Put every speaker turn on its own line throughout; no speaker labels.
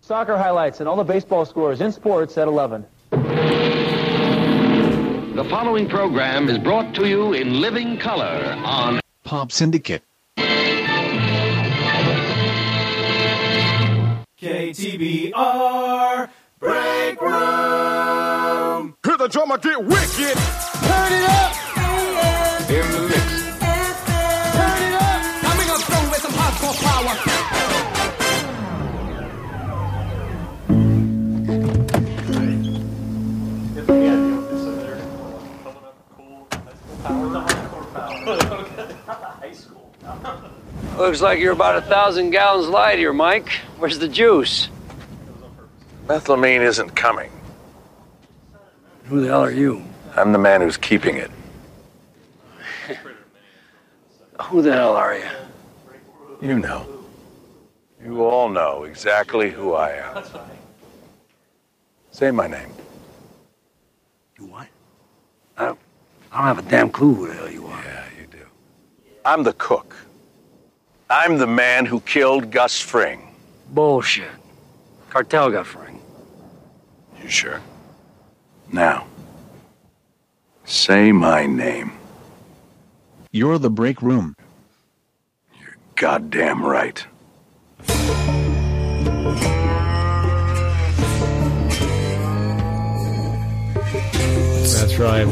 Soccer highlights and all the baseball scores in sports at 11.
The following program is brought to you in living color on
Pop Syndicate.
KTBR Break Room.
Hear the drummer get wicked.
Turn it up.
In the mix.
Turn it up. Coming up soon with some hardcore power.
Looks like you're about a thousand gallons light here, Mike. Where's the juice?
Methylamine isn't coming.
Who the hell are you?
I'm the man who's keeping it.
Who the hell are you?
You know. You all know exactly who I am. Say my name.
You what? I don't, I don't have a damn clue who the hell you are.
Yeah, you do. I'm the cook. I'm the man who killed Gus Fring.
Bullshit. Cartel got Frank.
You sure? Now, say my name.
You're the break room.
Goddamn right.
That's right.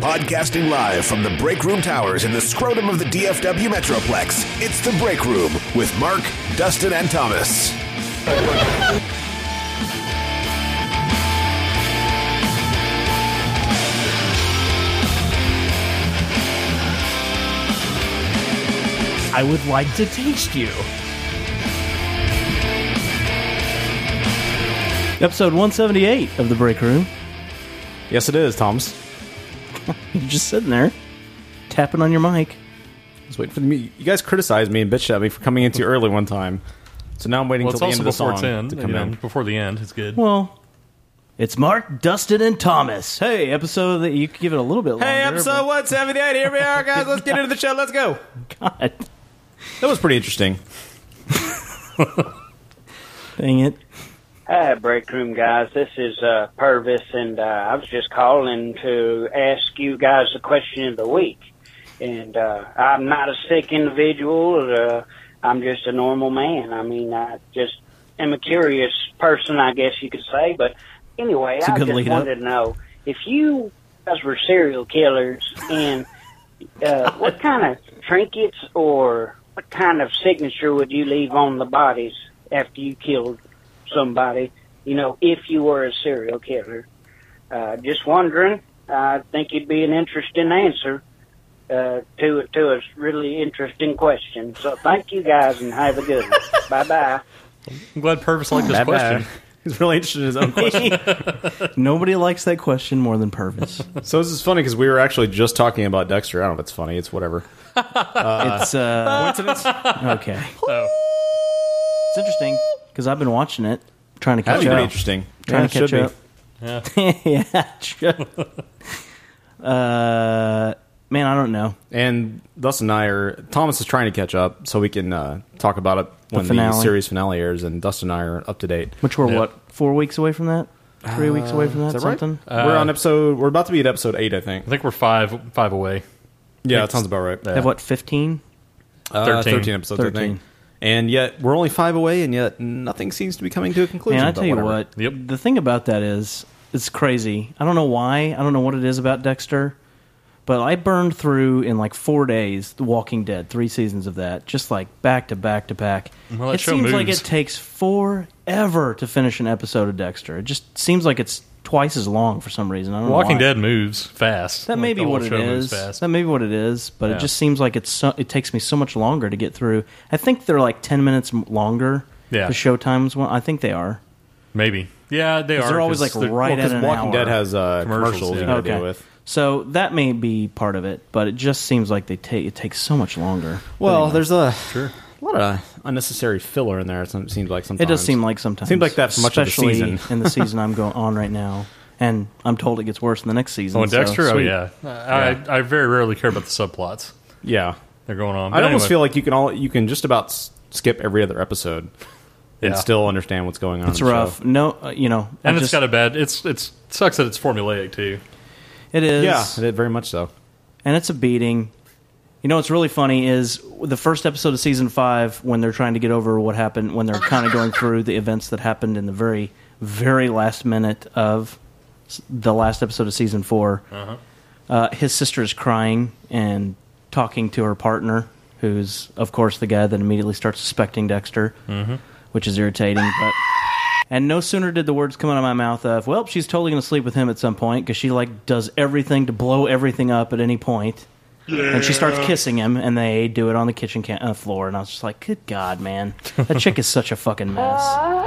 Podcasting live from the Break Room Towers in the scrotum of the DFW Metroplex, it's The Break Room with Mark, Dustin, and Thomas.
I would like to taste you. Episode 178 of The Break Room. Yes, it is, Thomas. You're just sitting there, tapping on your mic.
Just waiting for the mu- You guys criticized me and bitched at me for coming in too early one time, so now I'm waiting
Well,
till the
it's
end of the
also
song
before 10,
to come
you know.
in.
before the end. It's good.
Well, it's Mark, Dustin, and Thomas. Hey, episode that you could give it a little bit longer.
Hey,
but-
episode 178. Here we are, guys. Let's get into the show. Let's go.
God.
That was pretty interesting.
Dang it.
Hi, break room guys. This is uh, Purvis, and uh, I was just calling to ask you guys the question of the week. And uh, I'm not a sick individual. Uh, I'm just a normal man. I mean, I just am a curious person, I guess you could say. But anyway,
It's a
I
good
just
lead
wanted
up.
to know if you guys were serial killers, and uh, what kind of trinkets or what kind of signature would you leave on the bodies after you killed somebody, you know, if you were a serial killer. Uh, just wondering. I think it'd be an interesting answer uh, to to a really interesting question. So thank you guys and have a good one. bye bye.
I'm glad Purvis liked this
Bad,
question.
bad.
He's really interested in his own question.
Nobody likes that question more than Purvis.
so this is funny because we were actually just talking about Dexter. I don't know if it's funny. It's whatever.
it's uh,
coincidence.
okay. It's interesting because I've been watching it, trying to catch
That'd be
up.
pretty interesting.
Trying
Yeah,
to
it
catch up.
should
Yeah, true. uh, man, I don't know.
And Dustin and I are Thomas is trying to catch up so we can uh, talk about it
The
when the
finale.
series finale airs. And Dustin and I are up to date.
Which we're what four weeks away from that? Three weeks away from Uh, that? something?
we're on episode. We're about to be at episode eight, I think. I
Uh, think we're five five away.
Yeah, that sounds about right.
Have what fifteen?
Uh, 13. episodes, I think. And yet we're only five away, and yet nothing seems to be coming to a conclusion.
Man, I
but
tell you
whatever.
what. The thing about that is, it's crazy. I don't know why. I don't know what it is about Dexter, but I burned through in like four days The Walking Dead, three seasons of that, just like back to back to back.
Well, that
it
show
seems like it
moves.
takes forever to finish an episode of Dexter. It just seems like it's twice as long for some reason. I don't
Walking
know why.
Dead moves fast.
That may
Like,
be
the whole
what it
show moves
is.
Fast.
That may be what it is, but
Yeah.
it just seems like it's so, it takes me so much longer to get through. I think they're like ten minutes m- longer.
Yeah.
the show times. One, I think they are.
Maybe. Yeah, they
'Cause
are.
They're always
'cause
like right
well,
at
'cause
an
Walking
hour.
Dead has
uh, commercials you gotta
okay.
deal with.
So that may be part of it, but it just seems like they take it takes so much longer.
Well,
But anyway.
there's a a lot of unnecessary filler in there. It seems like sometimes
it does seem like sometimes
seems like that for much of the
especially
season.
in the season I'm going on right now. and I'm told it gets worse in the next season.
Oh, and
so
Dexter. oh
sweet.
yeah. I I very rarely care about the subplots.
Yeah,
they're going on.
I
But
almost
anyway.
feel like you can all you can just about s- skip every other episode and
Yeah.
still understand what's going on.
It's
in the
rough.
show.
No, uh, you know, I
and it's
just-
got a bad. It's it's sucks that it's formulaic too.
It is.
Yeah,
it very much so.
And it's a beating. You know what's really funny is the first episode of season five when they're trying to get over what happened when they're kind of going through the events that happened in the very, very last minute of s- the last episode of season 4
Uh-huh.
Uh, his sister is crying and talking to her partner, who's of course the guy that immediately starts suspecting Dexter,
Mhm.
which is irritating. But and no sooner did the words come out of my mouth of, "Well, she's totally going to sleep with him at some point," because she like does everything to blow everything up at any point. And she starts
Yeah.
kissing him, and they do it on the kitchen ca- uh, floor. And I was just like, "Good God, man, that chick is such a fucking mess."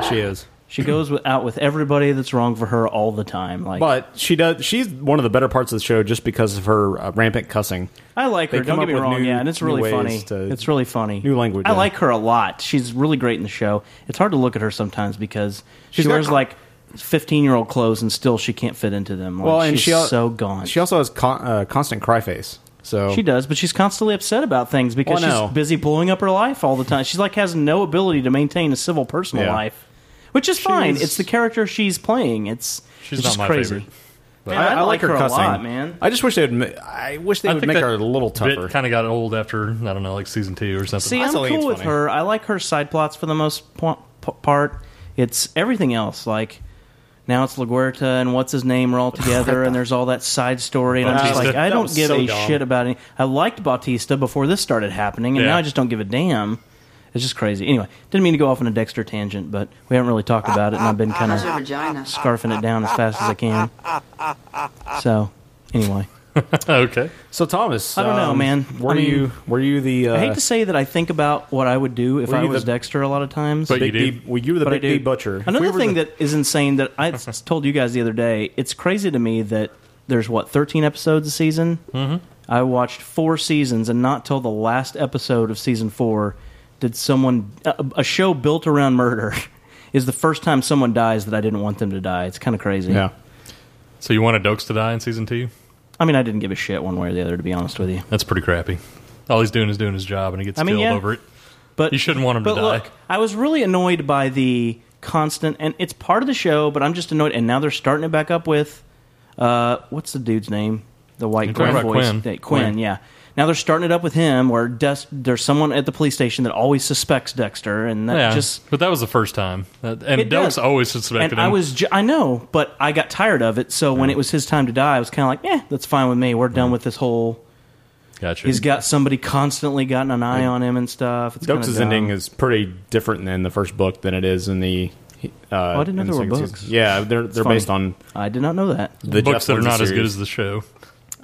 She is.
She goes with, out with everybody that's wrong for her all the time. Like,
but she does. She's one of the better parts of the show just because of her uh, rampant cussing.
I like
They
her.
come
Don't get
up
me
with
wrong.
new-
yeah, and it's
new
really
ways
funny.
to-
It's really funny.
new language,
I
yeah.
like her a lot. She's really great in the show. It's hard to look at her sometimes because
She's
she
got
wears
cr-
like fifteen-year-old clothes and still she can't fit into them. Like,
well, and
Oh, she's
she al-
so gone.
She also has con- uh, constant cry face. So
She does, but she's constantly upset about things because
Well, Oh, no.
she's busy blowing up her life all the time. She's like has no ability to maintain a civil personal
Yeah.
life, which is fine.
She's-
It's the character she's playing. It's
She's
it's
not
just
my
crazy.
favorite,
Man, I, like her, a lot, man.
I just wish they would. ma- I wish they
I
would
think
make
that
her a little tougher.
Bit kind of got old after I don't know, like season two or something.
See, I'm cool with her. I like her side plots for the most po- p- part. It's everything else. Like now it's LaGuerta and what's his name are all together, and there's all that side story. And I'm just
Bautista.
like, I
That
don't
was
give
so
a
dumb.
shit about any. I liked Bautista before this started happening, and
Yeah.
now I just don't give a damn. It's just crazy. Anyway, didn't mean to go off on a Dexter tangent, but we haven't really talked about it, and I've been kind of
How's your vagina?
scarfing it down as fast as I can. So, anyway.
okay.
So Thomas,
I don't know,
um,
man.
Were
I mean,
you were you the? Uh,
I hate to say that I think about what I would do if
Were
I
you
was
the-
Dexter a lot of times.
But you Big do. D- well, you were the
But I
Big D
do.
butcher. If
Another
we were
thing
the-
that is insane that I s- told you guys the other day. It's crazy to me that there's what 13 episodes a season.
Mhm.
Mm-hmm.
I watched four seasons, and not till the last episode of season four did someone a, a show built around murder is the first time someone dies that I didn't want them to die. It's kind of crazy.
Yeah. So you wanted Dokes to die in season two?
I mean, I didn't give a shit one way or the other, to be honest with you.
That's pretty crappy. All he's doing is doing his job, and he gets
I mean,
killed
yeah.
over it.
But
you shouldn't want him to
but
die.
look, I was really annoyed by the constant, and it's part of the show, but I'm just annoyed. And now they're starting it back up with, uh, what's the dude's name? The white
You're talking
Grim
about
voice,
Quinn.
Quinn.
Quinn.
Quinn. Yeah. Now they're starting it up with him, where Des- there's someone at the police station that always suspects Dexter, and that
yeah,
just
but that was the first time, That- and
It does.
Dokes always suspected
and
him.
I was ju- I know, but I got tired of it. So when it was his time to die, I was kind of like, eh, that's fine with me. We're done with this whole.
Gotcha.
He's got somebody constantly gotten an eye
Like,
on him and stuff. It's
Dokes'
kinda dumb.
ending is pretty different than the first book than it is in the. Uh,
Oh, I didn't know
in the
there were
second
books.
Season. Yeah, they're
It's
they're
funny.
based on.
I did not know that.
The
books
Jeff
that are
Lindsay
not as good
series.
as the show.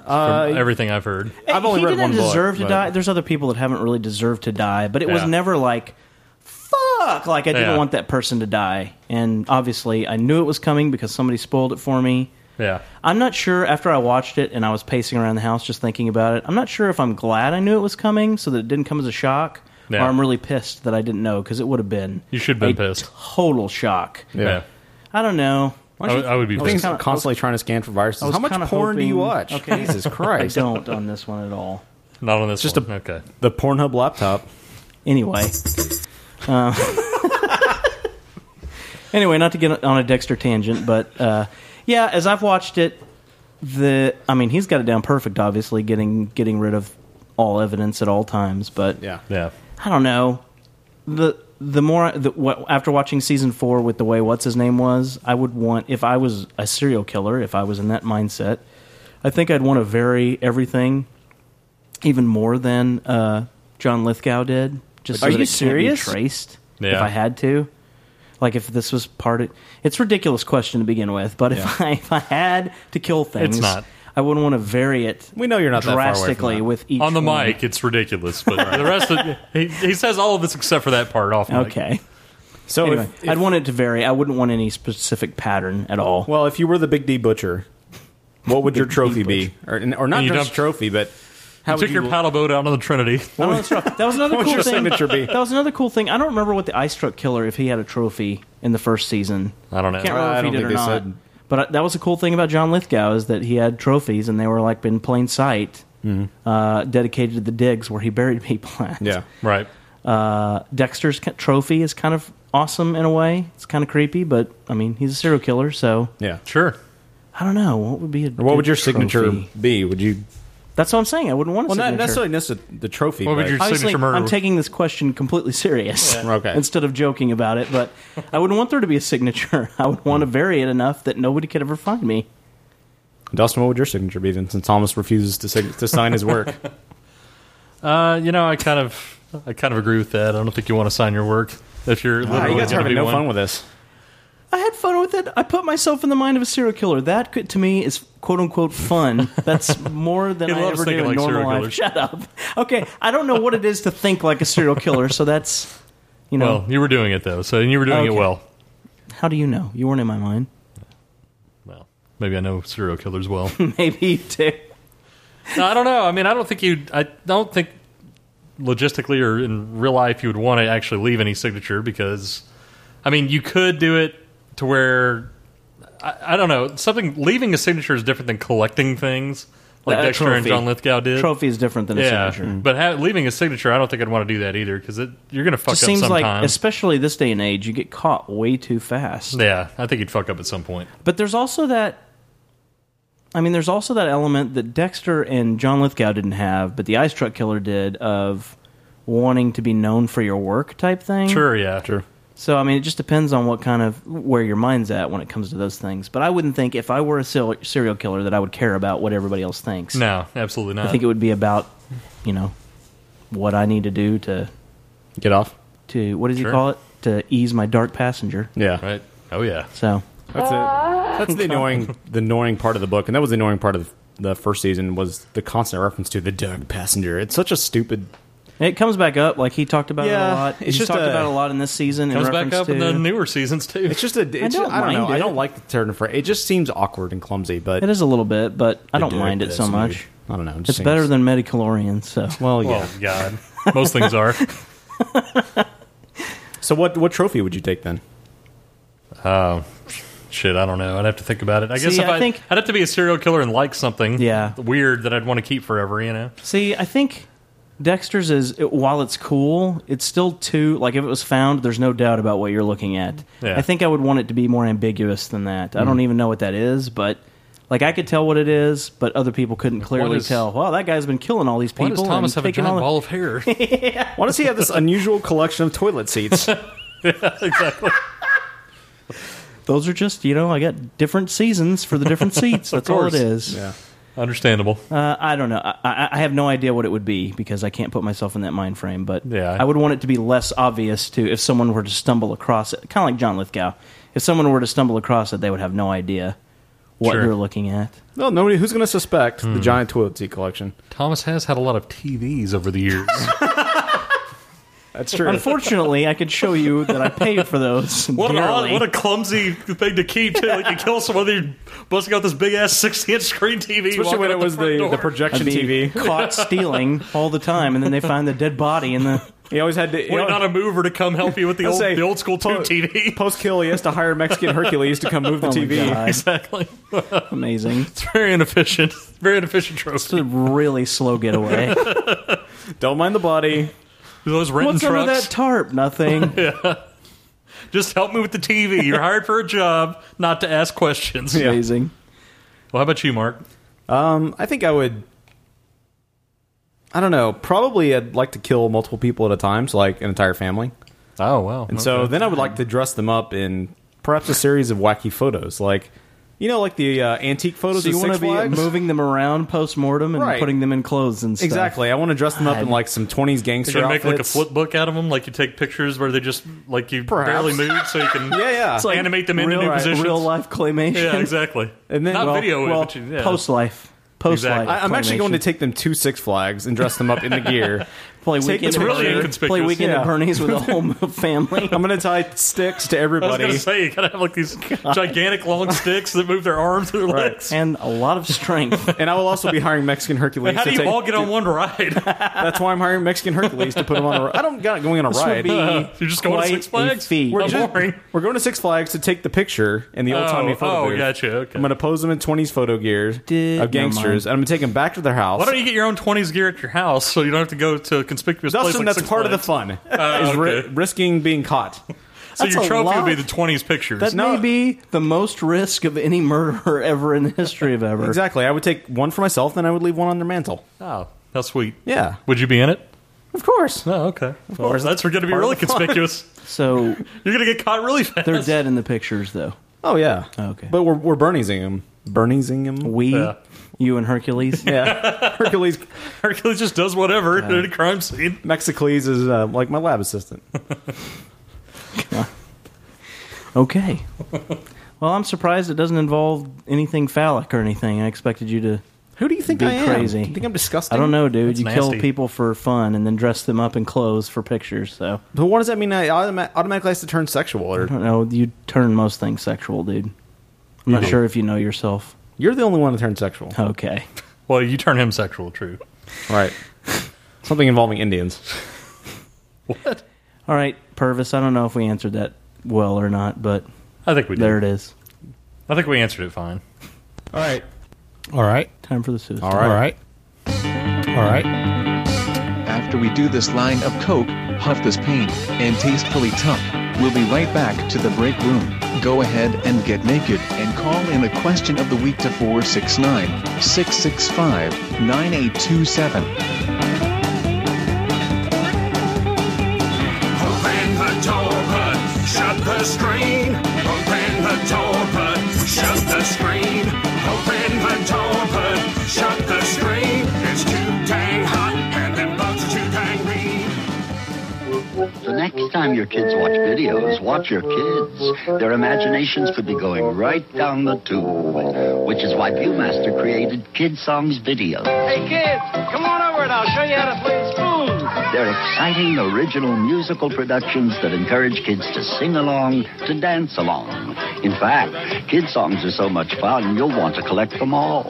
Uh,
from everything I've heard,
I've only
he
read
didn't
one book,
deserve to
but-
die. There's other people that haven't really deserved to die, but it was
Yeah.
never like fuck. Like I didn't
Yeah.
want that person to die, and obviously I knew it was coming because somebody spoiled it for me.
Yeah.
I'm not sure after I watched it and I was pacing around the house just thinking about it. I'm not sure if I'm glad I knew it was coming so that it didn't come as a shock,
Yeah.
or I'm really pissed that I didn't know because it would have been
You should have been
a
pissed.
total shock.
Yeah.
I don't know.
Why don't you- Things are constantly trying to scan for viruses.
I was
How much
kinda
porn do you
hoping-
watch?
Okay.
Jesus Christ!
I don't on this one at all.
Not on this.
Just
one. okay.
The Pornhub laptop.
Anyway. Um, anyway, not to get on a Dexter tangent, but uh, yeah, as I've watched it, the I mean, he's got it down perfect. Obviously, getting getting rid of all evidence at all times, but
yeah,
yeah.
I don't know the the more I- the, what, after watching season four with the way what's his name was, I would want if I was a serial killer, if I was in that mindset, I think I'd want to vary everything even more than uh, John Lithgow did. Just so
Are
that
you
it can't be
serious?
traced if
Yeah.
I had to. Like if this was part of it's a ridiculous question to begin with, but
Yeah.
if I if I had to kill things,
not.
I wouldn't want to vary it.
We know you're not that far away from
drastically
that.
with each
on the
one.
mic, it's ridiculous. But the rest of he, he says all of this except for that part off. Mic.
Okay. So
if-
anyway, I'd want it to vary. I wouldn't want any specific pattern at all.
Well, if you were the Big D butcher, what would your trophy be? Or, or not
And you
just
dumped-
trophy, but how
you
would
took
you
your paddle boat out on the Trinity.
I don't know, that's rough. That was another
What would
cool
your
thing.
signature be?
That was another cool thing. I don't remember what the ice truck killer if he had a trophy in the first season.
I don't know.
Can't remember
I
if he
don't
did
think
or
they
not.
said.
But I, that was the cool thing about John Lithgow is that he had trophies and they were like in plain sight,
Mm-hmm.
uh, dedicated to the digs where he buried people at.
Yeah, right.
Uh, Dexter's ki- trophy is kind of awesome in a way. It's kind of creepy, but I mean, he's a serial killer, so
Yeah,
sure.
I don't know what would be a
Or what would
good
your signature
trophy?
be? Would you?
That's what I'm saying. I wouldn't want a
Well, not
signature.
necessarily necessarily the trophy. but-
Obviously, I'm taking this question completely serious.
Yeah. Okay.
Instead of joking about it, but I wouldn't want there to be a signature. I would want to vary it enough that nobody could ever find me.
Dustin, what would your signature be then? Since Thomas refuses to sig- to sign his work,
Uh, you know, I kind of, I kind of agree with that. I don't think you want to sign your work if you're.
Ah,
literally
you guys are
gonna
having
be
no
one.
fun with this.
I had fun with it. I put myself in the mind of a serial killer. That could, to me is quote unquote fun. That's more than
He
I
loves
ever do
thinking like
in normal
serial
life.
killers.
Shut up. Okay, I don't know what it is to think like a serial killer. So that's you know
Well, you were doing it though, so and you were doing it
Okay.
well.
how do you know? You weren't in my mind.
Maybe I know serial killers well.
Maybe you do.
No, I don't know. I mean, I don't think you. I don't think logistically or in real life you would want to actually leave any signature because, I mean, you could do it to where I, I don't know something. Leaving a signature is different than collecting things like
A
Dexter and
trophy.
John Lithgow did.
Trophy is different than a
yeah,
signature.
But ha- leaving a signature, I don't think I'd want to do that either because you're going to fuck
Just
up
seems like,
sometime.
especially this day and age, you get caught way too fast.
yeah, I think you'd fuck up at some point.
But there's also that. I mean, there's also that element that Dexter and John Lithgow didn't have, but the Ice Truck Killer did of wanting to be known for your work type thing.
Sure, yeah, sure.
So I mean, it just depends on what kind of where your mind's at when it comes to those things. But I wouldn't think if I were a sil- serial killer that I would care about what everybody else thinks.
No, absolutely not.
I think it would be about, you know, what I need to do to
get off.
To what does
Sure.
he call it? To ease my dark passenger.
Yeah.
Right. Oh yeah.
So
That's
Ah.
it. That's the annoying, the annoying part of the book, and that was the annoying part of the first season was the constant reference to the Doug passenger. It's such a stupid.
It comes back up, like he talked about it
Yeah,
a lot.
it's
He's
just
talked
a-
about it a lot in this season.
Comes
in
back
reference
up in
to-
the newer seasons too.
It's just a. It's
don't
I don't know.
mind
I
it.
don't like the turn for it. Just seems awkward and clumsy, but
It is a little bit, but I
The
don't mind it so
Doug
much.
passenger. I don't know. it just
It's
seems-
better than Medicalorian, so.
Well, yeah.
Oh God, most things are.
So what? What trophy would you take then?
Uh, shit, I don't know. I'd have to think about it. I guess
See,
if
I
I,
think-
I'd have to be a serial killer and like something
Yeah.
weird that I'd want to keep forever, you know?
See, I think Dexter's is it, while it's cool, it's still too like if it was found, there's no doubt about what you're looking at.
Yeah.
I think I would want it to be more ambiguous than that. I
Mm.
don't even know what that is, but like I could tell what it is, but other people couldn't clearly
is-
tell. Well, that guy's been killing all these people.
Why does Thomas
and
have a
taking
giant
all the-
ball of hair?
Why does he have this unusual collection of toilet seats?
exactly.
Those are just you know I got different seasons for the different seats.
Of
That's all it
course.
is.
Yeah. Understandable.
Uh, I don't know. I, I, I have no idea what it would be because I can't put myself in that mind frame. But
Yeah.
I would want it to be less obvious to if someone were to stumble across it, kind of like John Lithgow. If someone were to stumble across it, they would have no idea what
Sure.
you're looking at.
No, nobody. Who's going to suspect the giant toilet seat collection?
Thomas has had a lot of TVs over the years.
That's
Unfortunately, I could show you that I paid for those.
What an odd,
dearly.
what a clumsy thing to keep too! Like you kill someone, you're busting out this big ass sixty inch screen TV.
Especially when
walking
it
out
was
front
the-
door.
the projection
I'd be caught stealing all the time, and then they find the dead body in the.
He always had to.
Wait on a mover to come help you with the
I'll
old,
say,
the old school tube TV.
Post kill, he has to hire Mexican Hercules to come move the
Oh my
TV.
God.
Exactly.
Amazing.
It's very inefficient. Very inefficient trophy.
It's a really slow getaway.
Don't mind the body.
Those renting
What's
trucks.
under that tarp? Nothing.
yeah. Just help me with the TV. You're hired for a job, not to ask questions.
Amazing.
Well, how about you, Mark?
Um, I think I would. I don't know. Probably, I'd like to kill multiple people at a time, so like an entire family.
Oh wow!
And so
Okay.
then I would like to dress them up in perhaps a series of wacky photos, like you know, like the uh, antique photos.
So you
want to
be moving them around post mortem and
Right.
putting them in clothes and stuff.
Exactly. I want to dress them up in
God.
like some '20s gangster
You're gonna make
outfits.
like a flip book out of them, like you take pictures where they just like you barely move, so you can
Yeah, yeah. It's like
animate them into
real,
new
right,
positions.
real life claymation.
Yeah, exactly.
And then
not
well,
video,
well,
but you- yeah.
post life. post light.
I, am actually going to take them to Six Flags and dress them up in the gear.
play
Take
weekend.
the
at
picture.
Bernie's- Play weekend at Bernie's with a whole family.
I'm going to tie sticks to everybody.
I was going to say, you got to have like these gigantic long sticks that move their arms and their legs.
and a lot of strength.
and I will also be hiring Mexican Hercules.
Hey, how
to
do you
take-
all get on one ride?
That's why I'm hiring Mexican Hercules to put him on a. I don't got going on a
This would
ride.
be You're just going to quite Six Flags? a feat.
We're,
How
just- we're going to Six Flags to take the picture in the
Oh,
old timey photo
oh,
booth.
gotcha, okay.
I'm going to pose them in 20s photo gear of gangsters,
mind.
and I'm going to take them back to their house.
Why don't you get your own 20s gear at your house so you don't have to go to a conspicuous place?
Dustin,
Like
that's
Six
part of the
Flags?
fun.
Uh,
is ri-
okay.
risking being caught.
So
That's
your
a
trophy would be
lot.
the 20s pictures.
That may be the most risk of any murderer ever in the history of ever.
Exactly. I would take one for myself, then I would leave one on their mantle.
Oh, how sweet.
Yeah.
Would you be in it?
Of course.
Oh, okay. Of
course.
that's going to be
Part of
really
the fun.
conspicuous.
So
You're going to get caught really fast.
they're dead in the pictures, though.
Oh yeah.
Okay.
But we're we're Berniesing him. Berniesing him.
We, you, and Hercules.
Yeah. Hercules.
Hercules just does whatever
Yeah.
at a crime scene.
Mexicles is uh, like my lab assistant.
Okay. Well, I'm surprised it doesn't involve anything phallic or anything. I expected you to.
Who do you think
be
I am?
Crazy.
Do you think I'm disgusting?
I don't know, dude.
That's
you kill
nasty.
people for fun and then dress them up in clothes for pictures. So
But what does that mean? I automa- automatically has to turn sexual,
I
or
don't know. You turn most things sexual, dude. I'm
You
not
do.
sure if you know yourself.
you're the only one that turned sexual.
Okay.
Well, you turn him sexual, true.
Right. Something involving Indians.
All right, Purvis. I don't know if we answered that well or not, but
I think we did.
There it is.
I think we answered it fine.
All right.
All right.
Time for the suicide.
All right. All right. After we do this line of coke, huff this paint, and tastefully tuck, we'll be right back to the break room. Go ahead and get naked and call in a question of the week to 469 665 9827.
Open the door, but shut the screen. Open the door, but shut the screen. Open the door, but shut the screen. It's too dang hot, and them bugs are too dang mean.
The next time your kids watch videos, watch your kids. Their imaginations could be going right down the tube, which is why Viewmaster created Kid Songs Video.
Hey, kids, come on over and I'll show you how to play the spoon.
They're exciting, original musical productions that encourage kids to sing along, to dance along. In fact, kid songs are so much fun, you'll want to collect them all.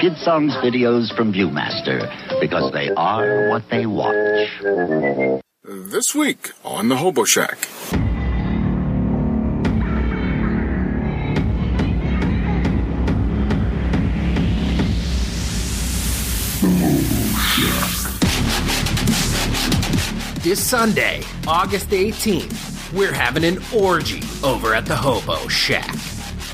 Kid Songs videos from Viewmaster, because they are what they watch.
This week on the Hobo Shack.
This Sunday, August 18th, we're having an orgy over at the Hobo Shack.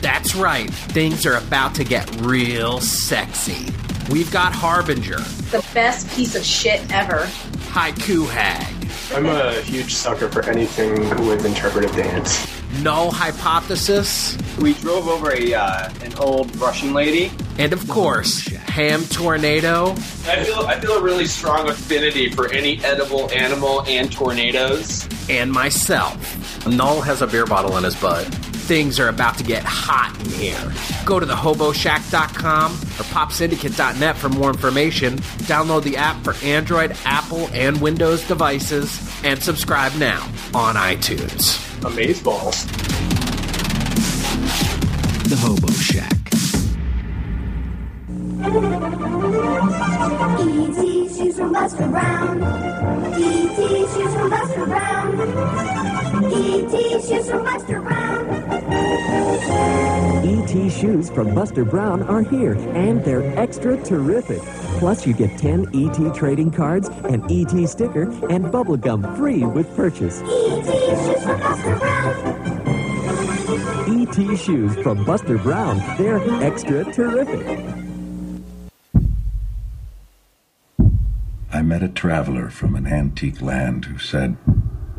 That's right, things are about to get real sexy. We've got Harbinger,
the best piece of shit ever.
Haiku Hag,
I'm a huge sucker for anything with interpretive dance.
Null Hypothesis.
We drove over a uh, an old Russian lady.
and of course, Ham Tornado.
I feel I feel a really strong affinity for any edible animal and tornadoes.
and myself. Null has a beer bottle in his butt. Things are about to get hot in here. Go to thehoboshack.com or popsyndicate.net for more information. Download the app for Android, Apple, and Windows devices, and subscribe now on iTunes.
Amazeballs.
The Hobo Shack.
E.T. She's from Buster Brown. E.T. She's from Buster Brown. E.T. She's from Buster Brown.
ET E shoes from Buster Brown are here, and they're extra terrific. Plus, you get 10 ET trading cards, an ET sticker, and bubblegum free with purchase. ET shoes from Buster Brown, they're extra terrific.
I met a traveler from an antique land who said,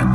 And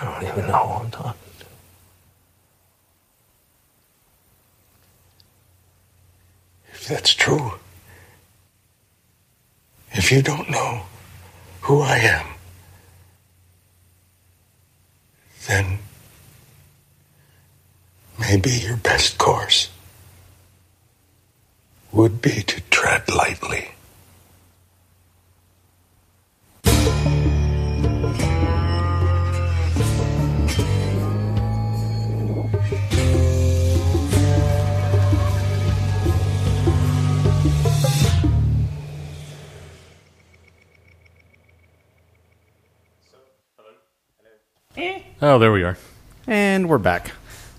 I don't even know who I'm talking to. If that's true, if you don't know who I am, then maybe your best course would be to tread lightly.
Oh, there we are. And we're back.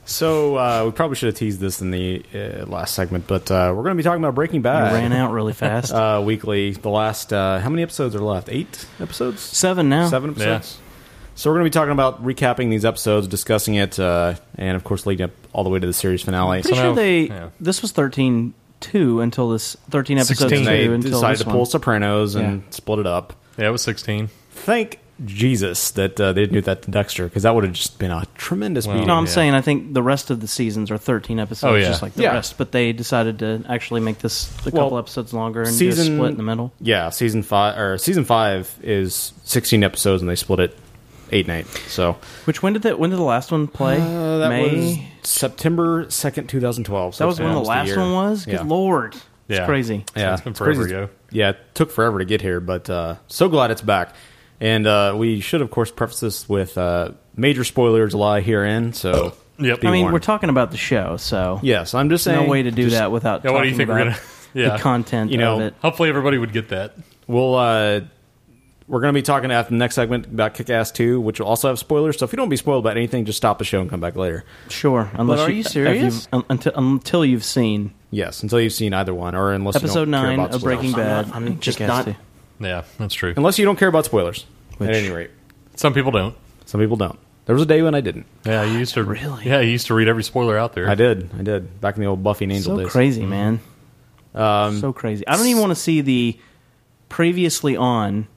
So uh, we probably should have teased this in the uh, last segment, but uh, we're going to be talking about Breaking Bad.
You ran out really fast.
uh, weekly. The last uh, how many episodes are left? Eight episodes.
Seven now.
Seven episodes. So we're going to be talking about recapping these episodes, discussing it, uh, and of course leading up all the way to the series finale.
Pretty sure they. This was thirteen two until this thirteen episodes two
They
until
decided
this
to
one.
pull Sopranos and split it up.
Yeah, it was sixteen.
Thank Jesus that uh, they didn't do that to Dexter because that would have just been a tremendous. beating.
no, I'm saying I think the rest of the seasons are 13 episodes,
Oh, yeah.
just like the
Yeah.
rest. But they decided to actually make this a couple episodes longer and do a split in the middle.
Yeah, season five or season five is sixteen episodes, and they split it eight and eight. So
Which when did that? When did the last one play?
Uh, that
May.
was September second, two thousand twelve.
that was when the last one was. Good lord, it's
Yeah.
crazy.
Yeah, It's crazy. Yeah, it took forever to get here, but uh, so glad it's back. And uh, we should, of course, preface this with uh, major spoilers lie herein. So, be
I mean,
warned.
we're talking about the show, so
Yes, I'm just saying.
no way to do
just-
that without
Yeah,
talking
what do you think
about
we're gonna? Yeah,
the content
You know,
of it.
Hopefully, everybody would get that.
We'll uh, we're going to be talking after the next segment about Kick Ass Two, which will also have spoilers. So if you don't want to be spoiled about anything, just stop the show and come back later.
Sure, unless
are you
if
serious?
you've- un- until, until you've seen
Yes, until you've seen either one, or unless you
episode
don't care
nine
about
of Breaking
spoilers.
Bad, and Kick-Ass two.
Yeah, that's true.
Unless you don't care about spoilers,
Which-
at any rate,
some people don't.
Some people don't. There was a day when I didn't.
Yeah, you used to really. Yeah, you used to read every spoiler out there.
I did. I did back in the old Buffy and Angel
So
days. Mm-hmm.
crazy, man.
Um,
so crazy. I don't even want to see the previously on.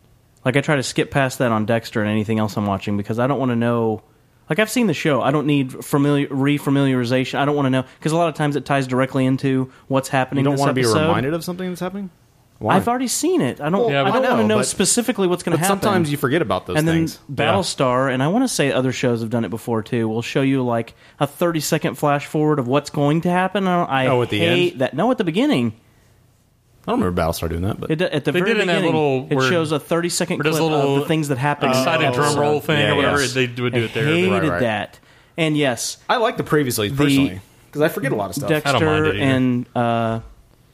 Like I try to skip past that on Dexter and anything else I'm watching because I don't want to know. Like I've seen the show, I don't need familiar refamiliarization. I don't want to know because a lot of times it ties directly into what's happening.
You don't
this
want to be
episode.
reminded of something that's happening. Why?
I've already seen it. I don't.
Well, Yeah,
I don't
I know,
want to know
but-
specifically what's going to
but
happen.
sometimes you forget about those
And then
things.
Battlestar, and I want to say other shows have done it before too. Will show you like a thirty second flash forward of what's going to happen. I, I
Oh, at the
hate
end?
that. No, at the beginning.
I don't remember Battlestar doing that, but
It, at the
They
very
did in that
beginning,
little
it
word-
shows a thirty second
or does
clip
a little
of the things that happen.
excited
in the
drum
episode.
roll thing or Yeah, whatever, yes. they would do
I
it there.
Hated
Right, right.
that, and yes,
I like the previously personally because I forget a lot of stuff.
Dexter and uh,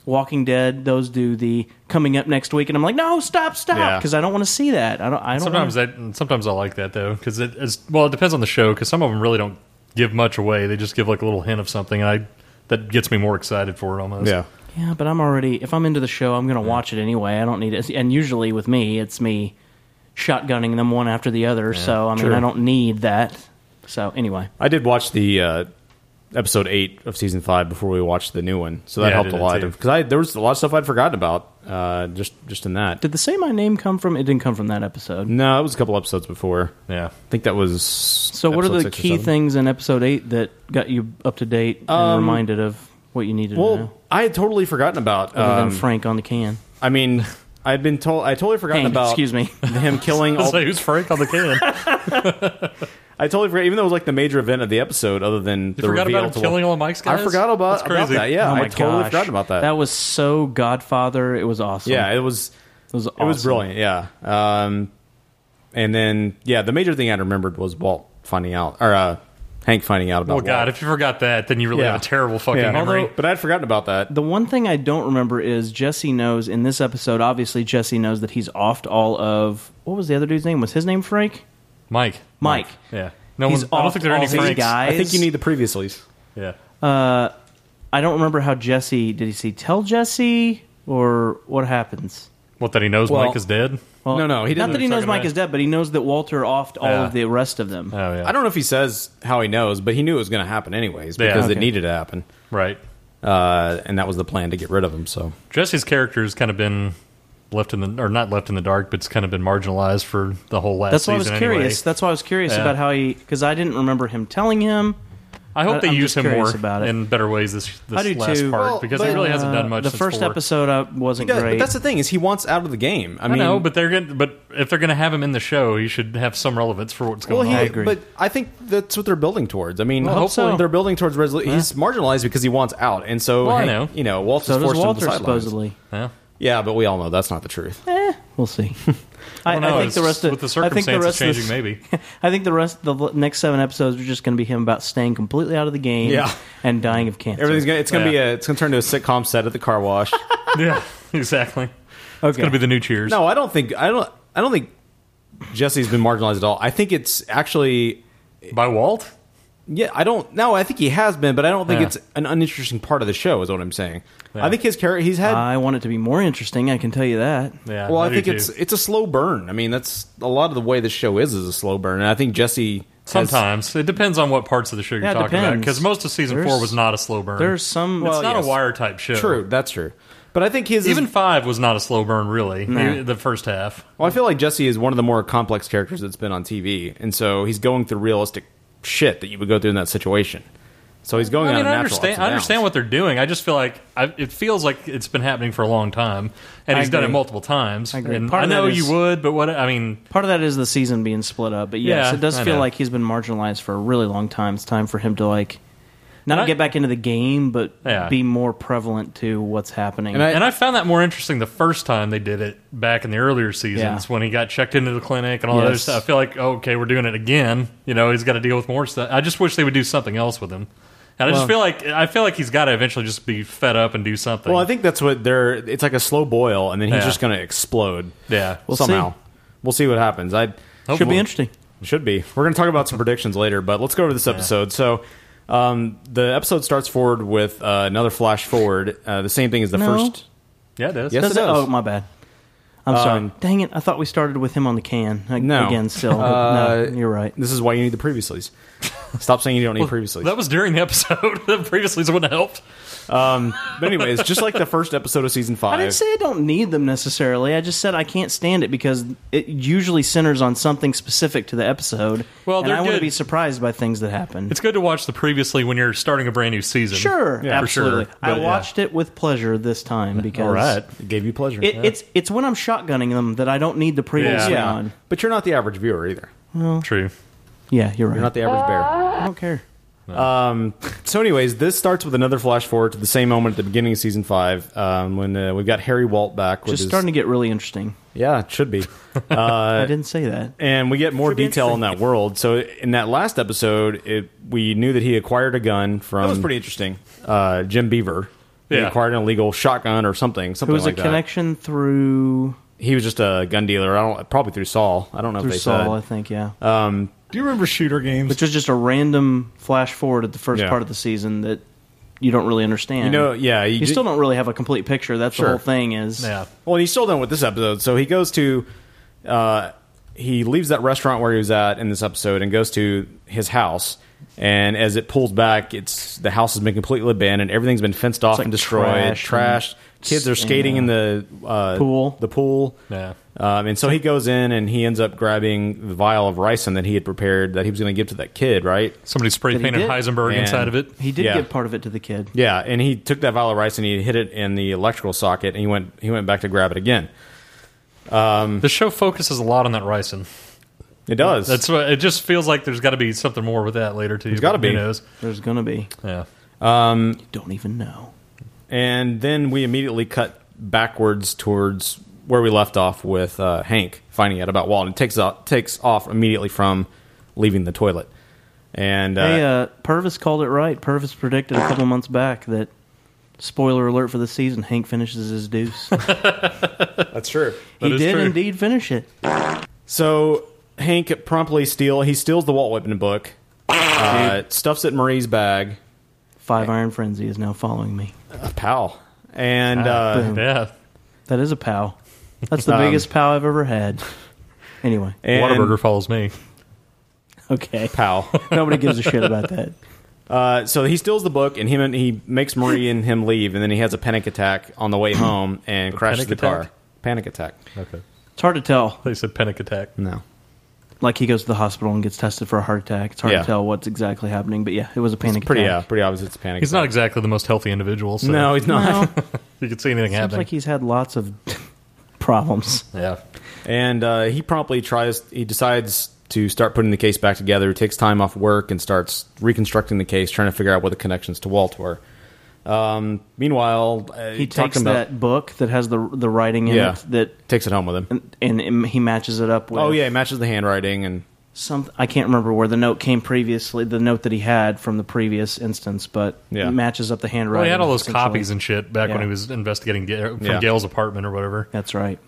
Walking Dead, those do the coming up next week, and I'm like, no, stop, stop,
Yeah.
because I don't want to see that. I don't. I don't.
sometimes
wanna-
that sometimes I like that though because it is well it depends on the show because some of them really don't give much away they just give like a little hint of something and I that gets me more excited for it almost
Yeah, but I'm already. If I'm into the show, I'm going to watch it anyway. I don't need it. And usually with me, it's me shotgunning them one after the other. so I mean,
True.
I don't need that. So anyway,
I did watch the uh, episode eight of season five before we watched the new one, so that
Yeah, I
helped
did
a
that
lot
too.
because there was a lot of stuff I'd forgotten about uh, just just in that.
did the say my name come from? It didn't come from that episode.
No, it was a couple episodes before.
Yeah, I
think that was.
So what are the key
things?
things in episode eight that got you up to date and
Um,
reminded of what you needed
Well,
to know?
I had totally forgotten about
Other
um,
than Frank on the can.
I mean, I'd been told I totally forgotten
Hank,
about.
excuse me.
him killing. all,
So who's Frank on the can?
I totally forgot. Even though it was like the major event of the episode, other than
you
the
forgot
reveal
about
to
him killing all the Mike's guys
I forgot about,
That's
about
crazy.
that. Yeah,
Oh
I
my
totally
gosh.
forgot about that.
That was so Godfather. It was awesome.
Yeah, it was.
It was. Awesome.
It was brilliant. Yeah. Um, and then yeah, the major thing I remembered was Walt finding out or uh, Hank finding out about.
Well,
Walt.
Oh, God, if you forgot that, then you really
Yeah.
have a terrible fucking
Yeah.
memory.
Although- but I'd forgotten about that.
The one thing I don't remember is Jesse knows in this episode. Obviously, Jesse knows that he's offed all of what was the other dude's name? Was his name Frank?
Mike.
Mike.
Yeah. No
he's
one. I don't
offed
think there are any
all these
Franks.
guys.
need the previouslys.
Yeah.
Uh, I don't remember how Jesse did. He see tell Jesse or what happens?
What that he knows
Well-
Mike is dead?
Well, Not that he knows Mike is
is
dead, but he knows that Walter offed all
Yeah.
of the rest of them.
Oh yeah.
I don't know if he says how he knows, but he knew it was going to happen anyways because
Yeah.
it
Okay.
needed to happen.
Right.
Uh, and that was the plan to get rid of him. So
Jesse's character has kind of been left in the or not left in the dark, but it's kind of been marginalized for the whole last.
That's why I was
season
curious.
anyway.
That's why I was curious
Yeah.
about how he because I didn't remember him telling him.
I hope they
I'm
use
just
him
curious
more
about it.
in better ways this this
I do
last
too. uh,
part because he really hasn't done much.
The
since
first
four.
episode uh, wasn't
He does, but
great.
that's the thing is he wants out of the game. I, mean,
know, but they're gonna, but if they're going to have him in the show, he should have some relevance for what's
well,
going
he,
on.
but I think that's what they're building towards. I mean,
Well, I hope
hopefully
so.
they're building towards resolution. He's marginalized because he wants out, and so
Well, I
Hank-
know.
you know, Walter's
So does
forced
Walter,
him to the sidelines.
supposedly.
Yeah.
yeah, but we all know that's not the truth.
Eh, we'll see. I,
don't know,
I think
it's
the rest of
with the
I think the
circumstances
rest of this-
changing, maybe.
I think the rest the l- next seven episodes are just going to be him about staying completely out of the game
Yeah.
and dying of cancer.
Everything's gonna, it's gonna be a, it's gonna turn to a sitcom set at the car wash.
yeah, exactly.
It's
gonna be the new Cheers.
No, I don't think I don't I don't think Jesse's been marginalized at all. I think it's actually
by Walt.
Yeah, I don't. No, I think he has been, but I don't think
Yeah.
it's an uninteresting part of the show. Is what I'm saying. I think his character he's had.
I want it to be more interesting. I can tell you that.
well, I, think it's it's a slow burn. I mean, that's a lot of the way the show is is a slow burn, and I think Jesse has-
Sometimes it depends on what parts of the show you're
Yeah, it
talking about.
depends.
Because most of season
There's-
four was not a slow burn.
there's some-
It's
Well,
not
yes.
a wire type show.
True, that's true. But I think his
even five was not a slow burn. Really,
Nah.
the, the first half.
Well, I feel like Jesse is one of the more complex characters that's been on TV, and so he's going through realistic shit that you would go through in that situation. So he's going
I
on
mean,
a
I
natural ups
understand.
and
I
downs.
understand what they're doing. I just feel like I, it feels like it's been happening for a long time, and
I
he's done it
agree.
multiple times.
I agree.
And
Part
I
of that
know you
is-
would, but what I mean,
Part of that is the season being split up, but yes,
Yeah,
it does
I
feel
know.
like he's been marginalized for a really long time. It's time for him to like not
And I-
get back into the game, but
Yeah.
be more prevalent to what's happening.
And I, and I found that more interesting the first time they did it back in the earlier seasons
Yeah.
when he got checked into the clinic and all that other
Yes.
stuff. I feel like oh, okay, we're doing it again. You know, he's got to deal with more stuff. I just wish they would do something else with him. And I
Well-
just feel like I feel like he's got to eventually just be fed up and do something.
Well, I think that's what they're. It's like a slow boil, and then he's
Yeah.
just going to explode.
Yeah. We'll
somehow
see.
we'll see what happens. I
Should be
interesting.
Should be. We're going to talk about some predictions later, but let's go over this episode. So. Um, the episode starts forward with uh, another flash forward. Uh, the same thing as the
No.
first.
yeah, it is.
Yes, it does.
Oh, my bad. I'm
Um,
sorry. Dang it! I thought we started with him on the can. Like,
No,
again, still. but
Uh,
no, you're right.
This is why you need the previously's. Stop saying you don't need previously.
that was during the episode. the previously wouldn't have helped.
Um, but anyways, just like the first episode of season five.
I didn't say I don't need them necessarily. I just said I can't stand it because it usually centers on something specific to the episode.
Well,
and
they're
I want to
good.
be surprised by things that happen.
It's good to watch the previously when you're starting a brand new season.
Sure,
For sure.
absolutely. I
But, yeah.
watched it with pleasure this time because
All right.
It gave you pleasure.
It, It's it's when I'm shotgunning them that I don't need the previously
Yeah.
on.
But you're not the average viewer either.
Well,
True.
Yeah, you're right.
You're not the average bear.
I don't care.
Um, so, anyways, this starts with another flash forward to the same moment at the beginning of season five um, when uh, we've got Harry Walt back. With
Just
his-
starting to get really interesting.
Yeah, it should be. Uh,
I didn't say that.
And we get more
Should be
detail on that world. So, in that last episode, it, we knew that he acquired a gun from.
That was pretty
interesting. Uh, Jim Beaver. He
Yeah.
acquired an illegal shotgun or something.
It
Something
was
like
a
that.
connection through
He was just a gun dealer. I don't probably through Saul. I don't know
through
if they
Saul, I
said.
think. Yeah.
Um,
Do you remember shooter games?
Which was just a random flash forward at the first
Yeah.
part of the season that you don't really understand.
You know, yeah, you
you,
ju-
still don't really have a complete picture. That's the whole thing. Is
Well, and he's still done with this episode. So he goes to, uh, he leaves that restaurant where he was at in this episode and goes to his house. And as it pulls back, it's the house has been completely abandoned. Everything's been fenced off
like
and destroyed,
trash
trashed.
and-
Kids are skating in the uh,
Pool.
The pool.
Yeah.
Um, and so he goes in and he ends up grabbing the vial of ricin that he had prepared that he was going to give to that kid. Right?
Somebody spray
That he painted did.
Heisenberg inside of it.
He did
Yeah.
give part of it to the kid.
Yeah, and he took that vial of rice and he hit it in the electrical socket, and he went he went back to grab it again. Um,
the show focuses a lot on that ricin.
It does.
That's what it just feels like. There's got to be something more with that later too.
There's gotta
but who
be.
knows?
There's gonna be.
Yeah.
Um, you
don't even know.
And then we immediately cut backwards towards where we left off with uh, Hank finding out about Walt, and takes off, takes off immediately from leaving the toilet. And uh,
hey, uh, Purvis called it right. Purvis predicted a couple months back that spoiler alert for the season: Hank finishes his deuce.
That's true.
he did indeed finish it.
So Hank promptly steal he steals the Walt Whitman book, uh, stuffs it in Marie's bag.
Five Iron Frenzy is now following me.
A pal. And
Ah,
uh,
boom. That is a pow. That's the
Um,
biggest pow I've ever had. Anyway,
And- Whataburger
follows me.
Okay,
pal.
Nobody gives a shit about that.
Uh, so he steals the book, and him and he makes Marie and him leave, and then he has a panic attack on the way home and crashes
panic
the
attack?
car. Panic attack.
Okay.
It's hard to tell.
They said panic attack.
No.
Like he goes to the hospital and gets tested for a heart attack. It's hard
Yeah.
to tell what's exactly happening, but yeah, it was a panic
pretty,
attack.
uh, pretty obvious it's a panic
He's not exactly the most healthy individual. So.
No, he's not.
you could see anything
uh,
Seems
happening.
like he's had lots of problems.
Yeah.
And uh, he promptly tries. He decides to start putting the case back together. Takes time off work and starts reconstructing the case, trying to figure out what the connections to Walt were. Um, meanwhile, uh,
He
talking
takes
about-
that book that has the the writing in
Yeah.
it that
takes it home with him,
and, and, and he matches it up with.
Oh yeah, it matches the handwriting and
some. I can't remember where the note came previously. The note that he had from the previous instance, but
Yeah.
it matches up the handwriting.
Well, he had all those
essentially.
copies and shit back when
Yeah.
he was investigating Ga- from
Yeah.
Gail's apartment or whatever.
That's right.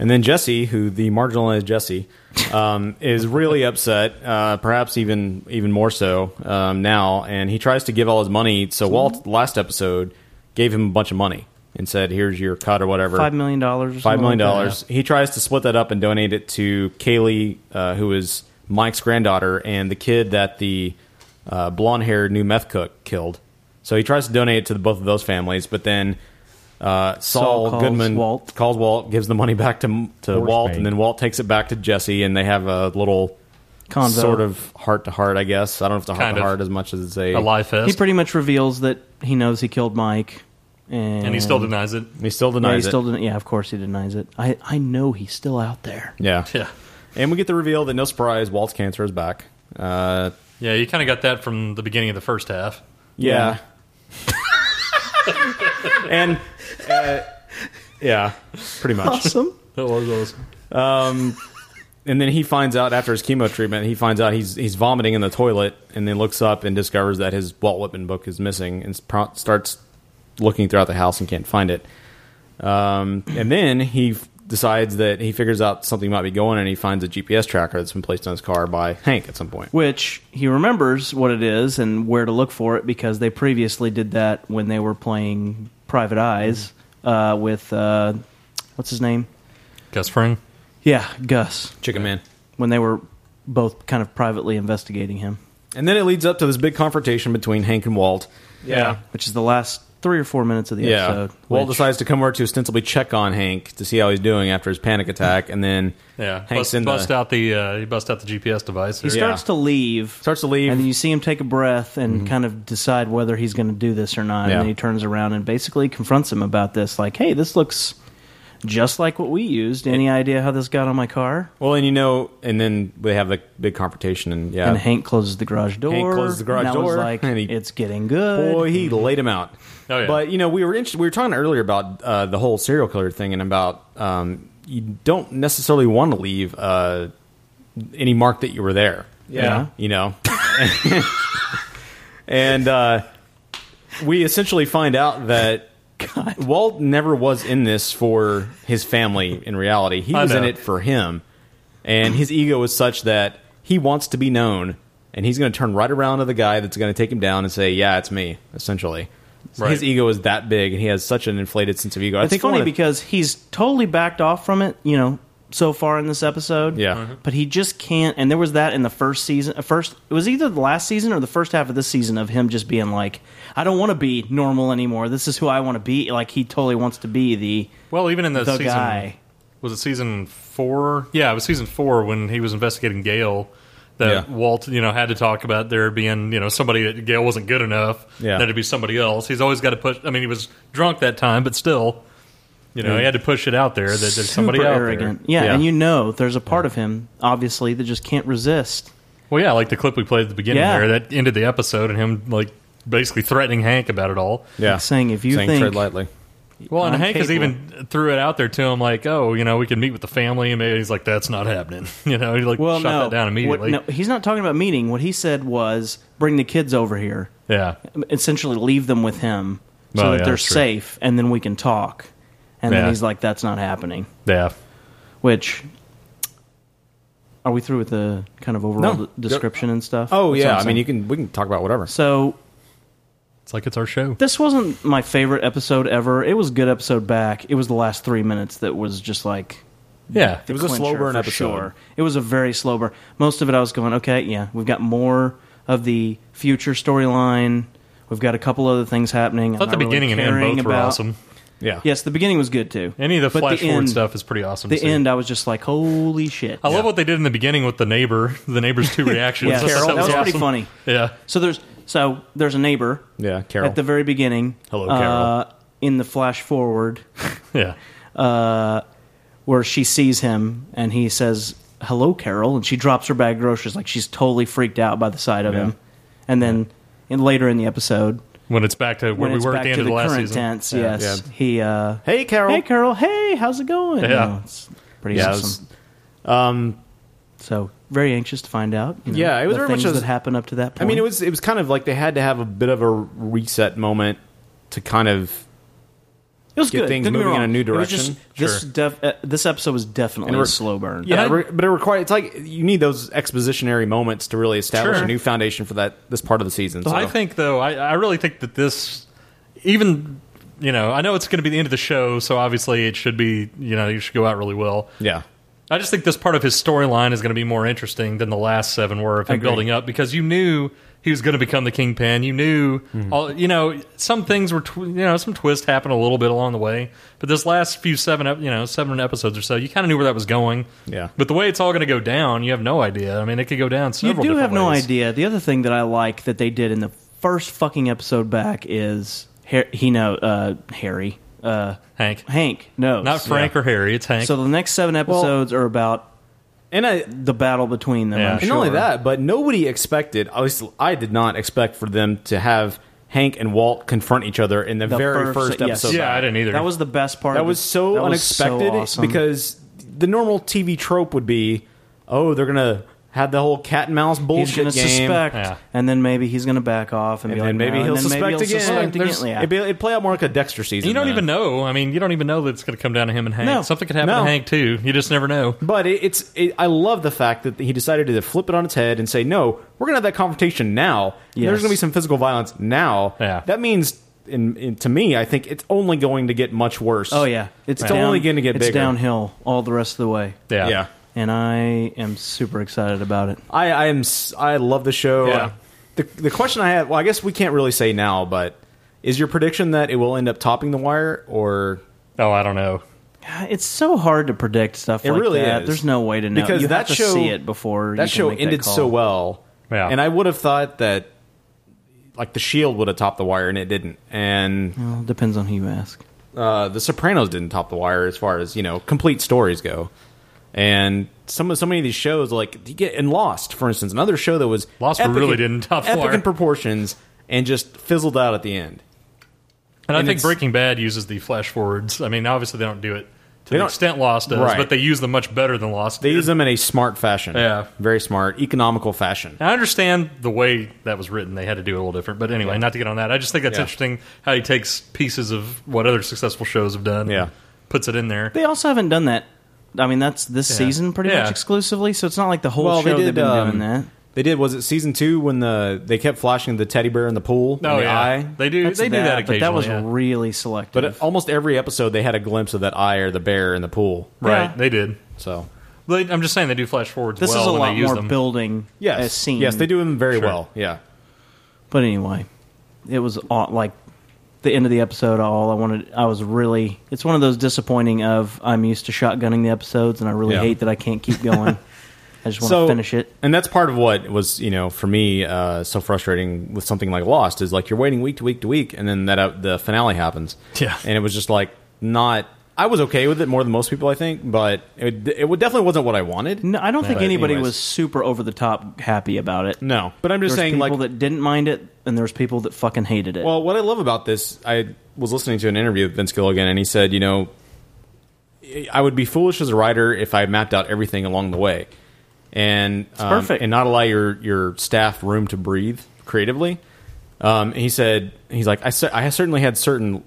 And then Jesse, who the marginalized Jesse, um, is really upset, uh, perhaps even even more so um, now. And he tries to give all his money. So Walt last episode gave him a bunch of money and said, "Here's your cut or whatever,
Five million dollars or
Five
something
million
like that.
dollars. He tries to split that up and donate it to Kaylee, uh, who is Mike's granddaughter and the kid that the uh, blonde-haired new meth cook killed. So he tries to donate it to the, both of those families, but then uh, Saul,
Saul calls
Goodman
Walt.
calls Walt, gives the money back to to
Horse
Walt,
bait.
and then Walt takes it back to Jesse, and they have a little
Convo.
sort of heart to heart. I guess I don't know if it's a heart
Kind
to
of.
heart as much as a,
He pretty much reveals that he knows he killed Mike, and,
And he still denies it.
He still
Mm. yeah, he
denies it.
still den- yeah, of course he denies it. I I know he's still out there.
Yeah,
yeah.
And we get the reveal that no surprise, Walt's cancer is back. Uh,
Yeah, you kind of got that from the beginning of the first half.
Yeah. and uh, yeah, pretty much.
Awesome. That was awesome.
Um, and then he finds out after his chemo treatment, he finds out he's he's vomiting in the toilet, and then looks up and discovers that his Walt Whitman book is missing, and pro- starts looking throughout the house and can't find it. Um, and then he f- decides that he figures out something might be going, and he finds a GPS tracker that's been placed on his car by Hank at some point.
Which he remembers what it is and where to look for it because they previously did that when they were playing Private Eyes uh, with uh, what's his name?
Gus Fring.
Yeah, Gus
Chicken Man.
When they were both kind of privately investigating him.
And then it leads up to this big confrontation between Hank and Walt.
Yeah. Which is the last three or four minutes of the episode.
Walt
which-
decides to come over to ostensibly check on Hank to see how he's doing after his panic attack, and then
Yeah,
Hank's
bust,
in the-
bust out the uh, he bust out the GPS device.
He
there.
starts to leave.
Starts to leave.
And then you see him take a breath and
Mm-hmm.
kind of decide whether he's going to do this or not.
Yeah.
And then he turns around and basically confronts him about this. Like, hey, this looks just like what we used. Any idea how this got on my car?
well, and you know, and then they have the big confrontation, and yeah,
And Hank closes the garage door.
Uh, Hank closes the garage
and that
door,
Was like,
and he,
it's getting good.
boy, he laid him out.
yeah.
But you know, we were inter- we were talking earlier about uh, the whole serial killer thing, and about um, you don't necessarily want to leave uh, any mark that you were there.
Yeah.
you know, and uh, we essentially find out that. Walt never was in this for his family in reality. He
I
was in
know.
it for him. And his ego is such that he wants to be known and he's going to turn right around to the guy that's going to take him down and say, "Yeah, it's me," essentially. So
Right.
His ego is that big and he has such an inflated sense of ego. I
it's
think
funny
one of the-
because he's totally backed off from it, you know, so far in this episode.
Yeah. Mhm.
But he just can't. And there was that in the first season. uh, First, it was either the last season or the first half of this season of him just being like, I don't want to be normal anymore. This is who I want to be. Like, he totally wants to be the.
Well, even in the,
the
season,
guy.
was it season four? Yeah, it was season four when he was investigating Gail. That Walt, you know, had to talk about there being, you know, somebody that Gail wasn't good enough.
Yeah.
That it'd be somebody else. He's always got to push. I mean, he was drunk that time, but still, you know,
Yeah.
he had to push it out there that there's somebody
super
out
arrogant.
there.
Yeah, and you know there's a part of him, obviously, that just can't resist.
Well, yeah, like the clip we played at the beginning
Yeah.
there that ended the episode, and him like basically threatening Hank about it all.
Yeah. Like saying, if you Saying, think- "Tread
lightly.
Well, and
I'm
Hank has
capable.
even threw it out there to him, like, "Oh, you know, we can meet with the family," and maybe he's like, "That's not happening." You know, he like
well,
shut
no.
that down immediately.
What, no, he's not talking about meeting. What he said was bring the kids over here.
Yeah.
Essentially, leave them with him so
Oh,
that
yeah,
they're
that's true.
safe, and then we can talk. And then
Yeah.
he's like, "That's not happening."
Yeah.
Which are we through with the kind of overall
No.
d- description and stuff? That's
Oh
what
yeah,
I'm
I mean
saying.
you can we can talk about whatever.
So
it's like it's our show.
This wasn't my favorite episode ever. It was a good episode back. It was the last three minutes that was just like
Yeah,
the
it was a
clincher
slow burn
for
episode.
Sure. It was a very slow burn. Most of it, I was going, okay, yeah, we've got more of the future storyline. We've got a couple other things happening.
I thought
I'm
the
not really
beginning and end
caring
both were
about.
awesome. Yeah.
Yes, the beginning was good too.
Any of the
But
flash forward
end-
stuff is pretty awesome.
The
too.
end, I was just like, holy shit!
I love what they did in the beginning with the neighbor, the neighbor's two reactions.
Yes.
I thought
Carol. That was pretty
awesome.
funny.
Yeah.
So there's so there's a neighbor.
Yeah, Carol.
At the very beginning.
Hello, Carol.
Uh, in the flash forward.
yeah.
Uh, where she sees him and he says, "Hello, Carol," and she drops her bag of groceries like she's totally freaked out by the sight of
Yeah.
him. And then, and later in the episode,
When it's back to where
when
we
it's
were at
back
the end
to
of the last
current
season.
tense,
Yeah.
yes,
Yeah.
he. Uh,
hey, Carol.
Hey, Carol. Hey, how's it going?
Yeah.
You know, it's pretty
Yeah, it was-
awesome. um, so very anxious to find out. you know,
yeah, it was
the
very
things
much a-
that happened up to that point.
I mean, it was it was kind of like they had to have a bit of a reset moment to kind of
It was
get
good.
things
Don't get me
moving in a
wrong.
new
It was just-
direction.
this, def- uh, this episode was definitely
it
a slow burn. And
Yeah,
I-
it re- but it required. It's like you need those expositionary moments to really establish
Sure.
a new foundation for that this part of the season. So.
I think though, I, I really think that this, even you know, I know it's going to be the end of the show, so obviously it should be you know it should go out really well.
Yeah.
I just think this part of his storyline is going to be more interesting than the last seven were of him
Agreed.
building up because you knew he was going to become the kingpin. You knew
Mm-hmm.
all you know. Some things were tw- you know some twist happened a little bit along the way, but this last few seven ep- you know seven episodes or so, you kind of knew where that was going.
Yeah.
But the way it's all going to go down, you have no idea. I mean, it could go down
you
several.
do
different
have no
ways.
idea. The other thing that I like that they did in the first fucking episode back is Har- he know uh, Harry uh,
Hank
Hank knows
Not Frank or Harry. It's Hank.
So the next seven episodes are about
and
the battle between them. I'm
And not only
sure.
that, but nobody expected. At least I did not expect for them to have Hank and Walt confront each other in the, very first,
yes.
episode.
That was the best part.
That
of
was
the-
so
that was so
unexpected
awesome.
because the normal TV trope would be, oh, they're gonna have the whole cat and mouse
he's
bullshit
going to
game.
suspect, and then maybe he's going to back off, and, be
And
like,
maybe
no,
he'll
and then
suspect
maybe
again.
suspect
There's-
again, yeah.
it'd, be, it'd play out more like a Dexter season.
You don't
then.
even know. I mean, you don't even know that it's going to come down to him and Hank.
No.
Something could happen
No.
to Hank too. You just never know.
But it, it's it, I love the fact that he decided to flip it on its head and say, "No, we're going to have that confrontation now. and There's
Yes.
going to be some physical violence now." Yeah. That means, in, in, to me, I think it's only going to get much worse.
Oh yeah, it's,
it's
down-
only going to get
it's
bigger.
downhill all the rest of the way.
Yeah. Yeah.
and I am super excited about it.
I, I am s- I love the show.
Yeah.
The the question I had, well, I guess we can't really say now, but is your prediction that it will end up topping the wire or?
Oh, I don't know.
It's so hard to predict stuff.
It
like
really
that.
is.
There's no way to know
because
You have
that
to
show
see it before
that
you can
show
make that
ended
call.
so well.
Yeah.
and I would have thought that like the Shield would have topped the wire, and it didn't. And
Well, depends on who you ask.
uh, the Sopranos didn't top the wire as far as you know complete stories go. And some of so many of these shows, like you get and Lost, for instance, another show that was
Lost
epic
really
in-
didn't top the
epic
wire.
in proportions and just fizzled out at the end.
And, I
And
think
it's-
Breaking Bad uses the flash forwards. I mean, obviously they don't do it to
They
the
don't-
extent Lost does,
Right.
but they use them much better than Lost.
They
did.
use them in a smart fashion,
Yeah.
very smart, economical fashion.
I understand the way that was written. They had to do it a little different. But anyway,
Yeah.
not to get on that. I just think that's
Yeah.
interesting how he takes pieces of what other successful shows have done. Yeah. Puts it in there.
They also haven't done that. I mean, that's this
Yeah.
season pretty
Yeah.
much exclusively. So it's not like the whole show have been
um,
doing that.
They did. Was it season two when the they kept flashing the teddy bear in the pool?
Oh,
in the
yeah.
eye?
They do- That's they do that that, but that was occasionally, yeah. uh, really selective.
But it- almost every episode, they had a glimpse of that eye or the bear in the pool.
Right, Yeah. they did.
So
They, I'm just saying they do flash forwards
This
well
is a
when
lot
they use
more
them.
building a scene.
Yes, they do them very
Sure.
well. Yeah.
But anyway, it was all, like the end of the episode. All I wanted, I was really. It's one of those disappointing of I'm used to shotgunning the episodes, and I really
Yeah.
hate that I can't keep going. I just want
So-
to finish it.
And that's part of what was, you know, for me, uh, so frustrating with something like Lost is like you're waiting week to week to week, and then that uh, the finale happens.
Yeah.
And it was just like not. I- I was okay with it more than most people, I think, but it, it definitely wasn't what I wanted. No,
I don't think anybody was super over the top happy about it.
No, but I'm just
There's
saying, like-
people that didn't mind it, and there's people that fucking hated it.
Well, what I love about this, I was listening to an interview with Vince Gilligan, and he said, you know, I would be foolish as a writer if I mapped out everything along the way, and um,
perfect.
and not allow your your staff room to breathe creatively. Um, he said, he's like, I cer- I certainly had certain,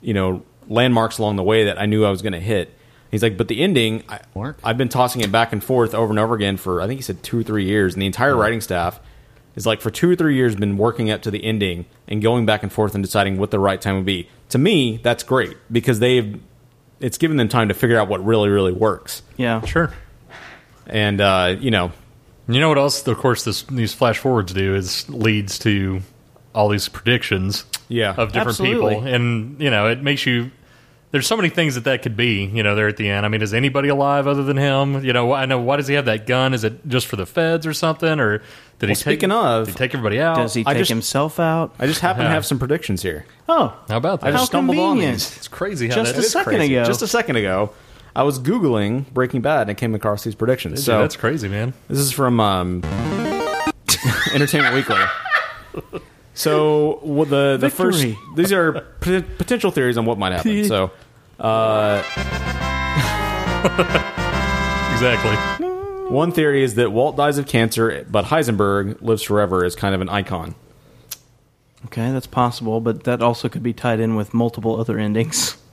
you know, landmarks along the way that I knew I was going to hit. He's like, but the ending, I, I've been tossing it back and forth over and over again for I think he said two or three years, and the entire writing staff is like for two or three years been working up to the ending and going back and forth and deciding what the right time would be. To me, that's great because they've it's given them time to figure out what really really works.
Yeah,
sure.
And uh, you know,
you know what else? Of course, this these flash forwards do is leads to all these predictions.
Yeah,
of different people,
Absolutely.
and you know it makes you. There's so many things that that could be. You know, there at the end. I mean, is anybody alive other than him? You know, I know why does he have that gun? Is it just for the feds or something? Or did he
Well,
take?
speaking of-
did he take everybody out?
Does he I take just-
himself out?
I just happen to
Yeah.
have some predictions here.
Oh,
how about that?
I just
How
stumbled on
convenient.
these.
It's crazy how
just
that-
a
it is
second
crazy.
ago. Just a second ago, I was googling Breaking Bad and I came across these predictions.
Dude,
so
that's crazy, man.
This is from um, Entertainment Weekly. So well, the the first
Victory.
these are p- potential theories on what might happen. So, uh,
exactly.
One theory is that Walt dies of cancer, but Heisenberg lives forever as kind of an icon.
Okay, that's possible, but that also could be tied in with multiple other endings.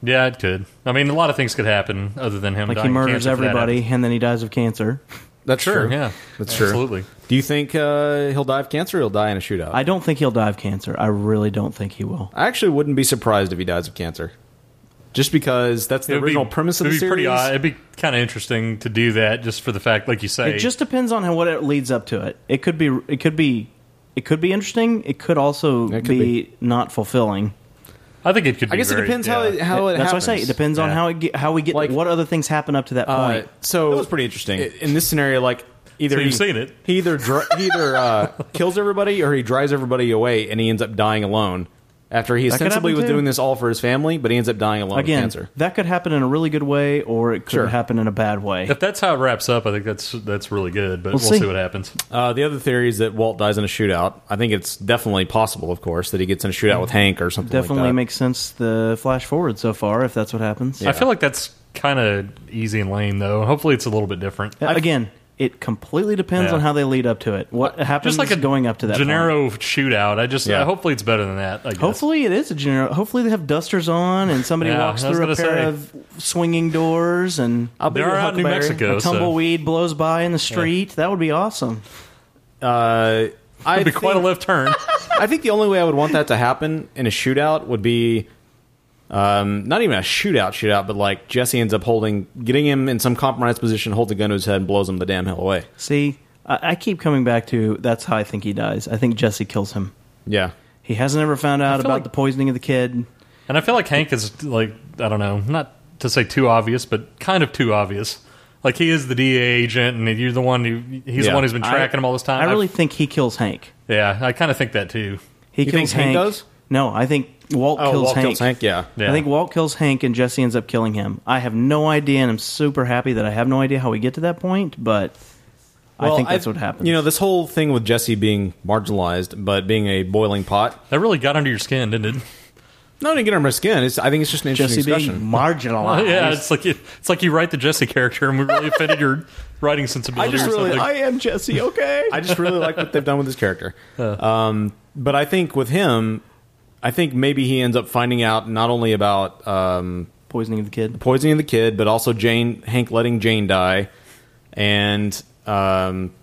Yeah, it could. I mean, a lot of things could happen other than him.
Like he
dying of
murders
cancer for that
everybody, and then he dies of cancer.
That's
Sure,
true.
yeah.
that's
Absolutely.
true. Do you think uh, he'll die of cancer? or He'll die in a shootout.
I don't think he'll die of cancer. I really don't think he will.
I actually wouldn't be surprised if he dies of cancer, just because that's the
It would
original
be,
premise of
it'd
the
be pretty
series.
odd. It'd be kind of interesting to do that, just for the fact, like you say,
It just depends on how what it leads up to it. It could be it could be it could be interesting. It could also
could
be, not fulfilling.
I think it could.
I
be
guess it
very-
depends how
yeah.
it- how it
That's
happens.
what I say. It depends on
Yeah.
how it get, how we get what other things happen up to that
Uh,
point.
so that was pretty interesting. In this scenario, like either
So you've
he,
seen it.
he either dr- he either uh, kills everybody or he drives everybody away, and he ends up dying alone. After he
That could
ostensibly
happen,
was
too.
doing this all for his family, but he ends up dying alone
Again,
of cancer.
that could happen in a really good way, or it could
Sure.
happen in a bad way.
If that's how it wraps up, I think that's that's really good. But
We'll
we'll,
see.
see. what happens.
Uh, the other theory is that Walt dies in a shootout. I think it's definitely possible, of course, that he gets in a shootout with Hank or something.
Definitely
like that.
makes sense. The flash forward so far, if that's what happens.
I feel like that's kind of easy and lame, though. Hopefully, it's a little bit different.
again, it completely depends
Yeah. Uh,
on how they lead up to it. What happens
just like a
going up to that point.
Gennaro shootout. I just
Yeah.
uh, hopefully it's better than that. I guess.
Hopefully it is a general. Hopefully they have dusters on and somebody
Yeah,
walks
I was
through a pair
gonna say.
of swinging doors and
I'll be They're your out in New huckleberry. Mexico,
A
so-
tumbleweed blows by in the street. That would be awesome.
Uh, I
That'd be quite a
think-
left turn.
I think the only way I would want that to happen in a shootout would be um, not even a shootout, shootout, but like Jesse ends up holding, getting him in some compromised position, holds a gun to his head, and blows him the damn hell away.
See, I, I keep coming back to that's how I think he dies. I think Jesse kills him.
Yeah,
he hasn't ever found out
feel
about
like-
the poisoning of the kid.
And I feel like Hank is like I don't know, not to say too obvious, but kind of too obvious. Like he is the DA agent, and you're the one who he's the one who's been tracking
I-
him all this time.
I really
I've-
think he kills Hank.
yeah, I kind of think that too.
He kills Hank. No, I think Walt
Oh,
kills
Walt
Hank.
kills Hank, yeah.
I
Yeah.
think Walt kills Hank and Jesse ends up killing him. I have no idea, and I'm super happy that I have no idea how we get to that point, but I
Well,
think that's what happens.
You know, this whole thing with Jesse being marginalized, but being a boiling pot.
That really got under your skin, didn't it?
No, it didn't get under my skin. It's, I think it's just an interesting
Jesse being
discussion.
marginalized.
yeah, it's like you, it's like you write the Jesse character, and we really offended your writing sensibility.
I just
or
really-
something.
I
am Jesse, okay?
I just really like what they've done with his character. Um, but I think with him, I think maybe he ends up finding out not only about um,
poisoning the kid,
poisoning the kid, but also Jane Hank letting Jane die, and um,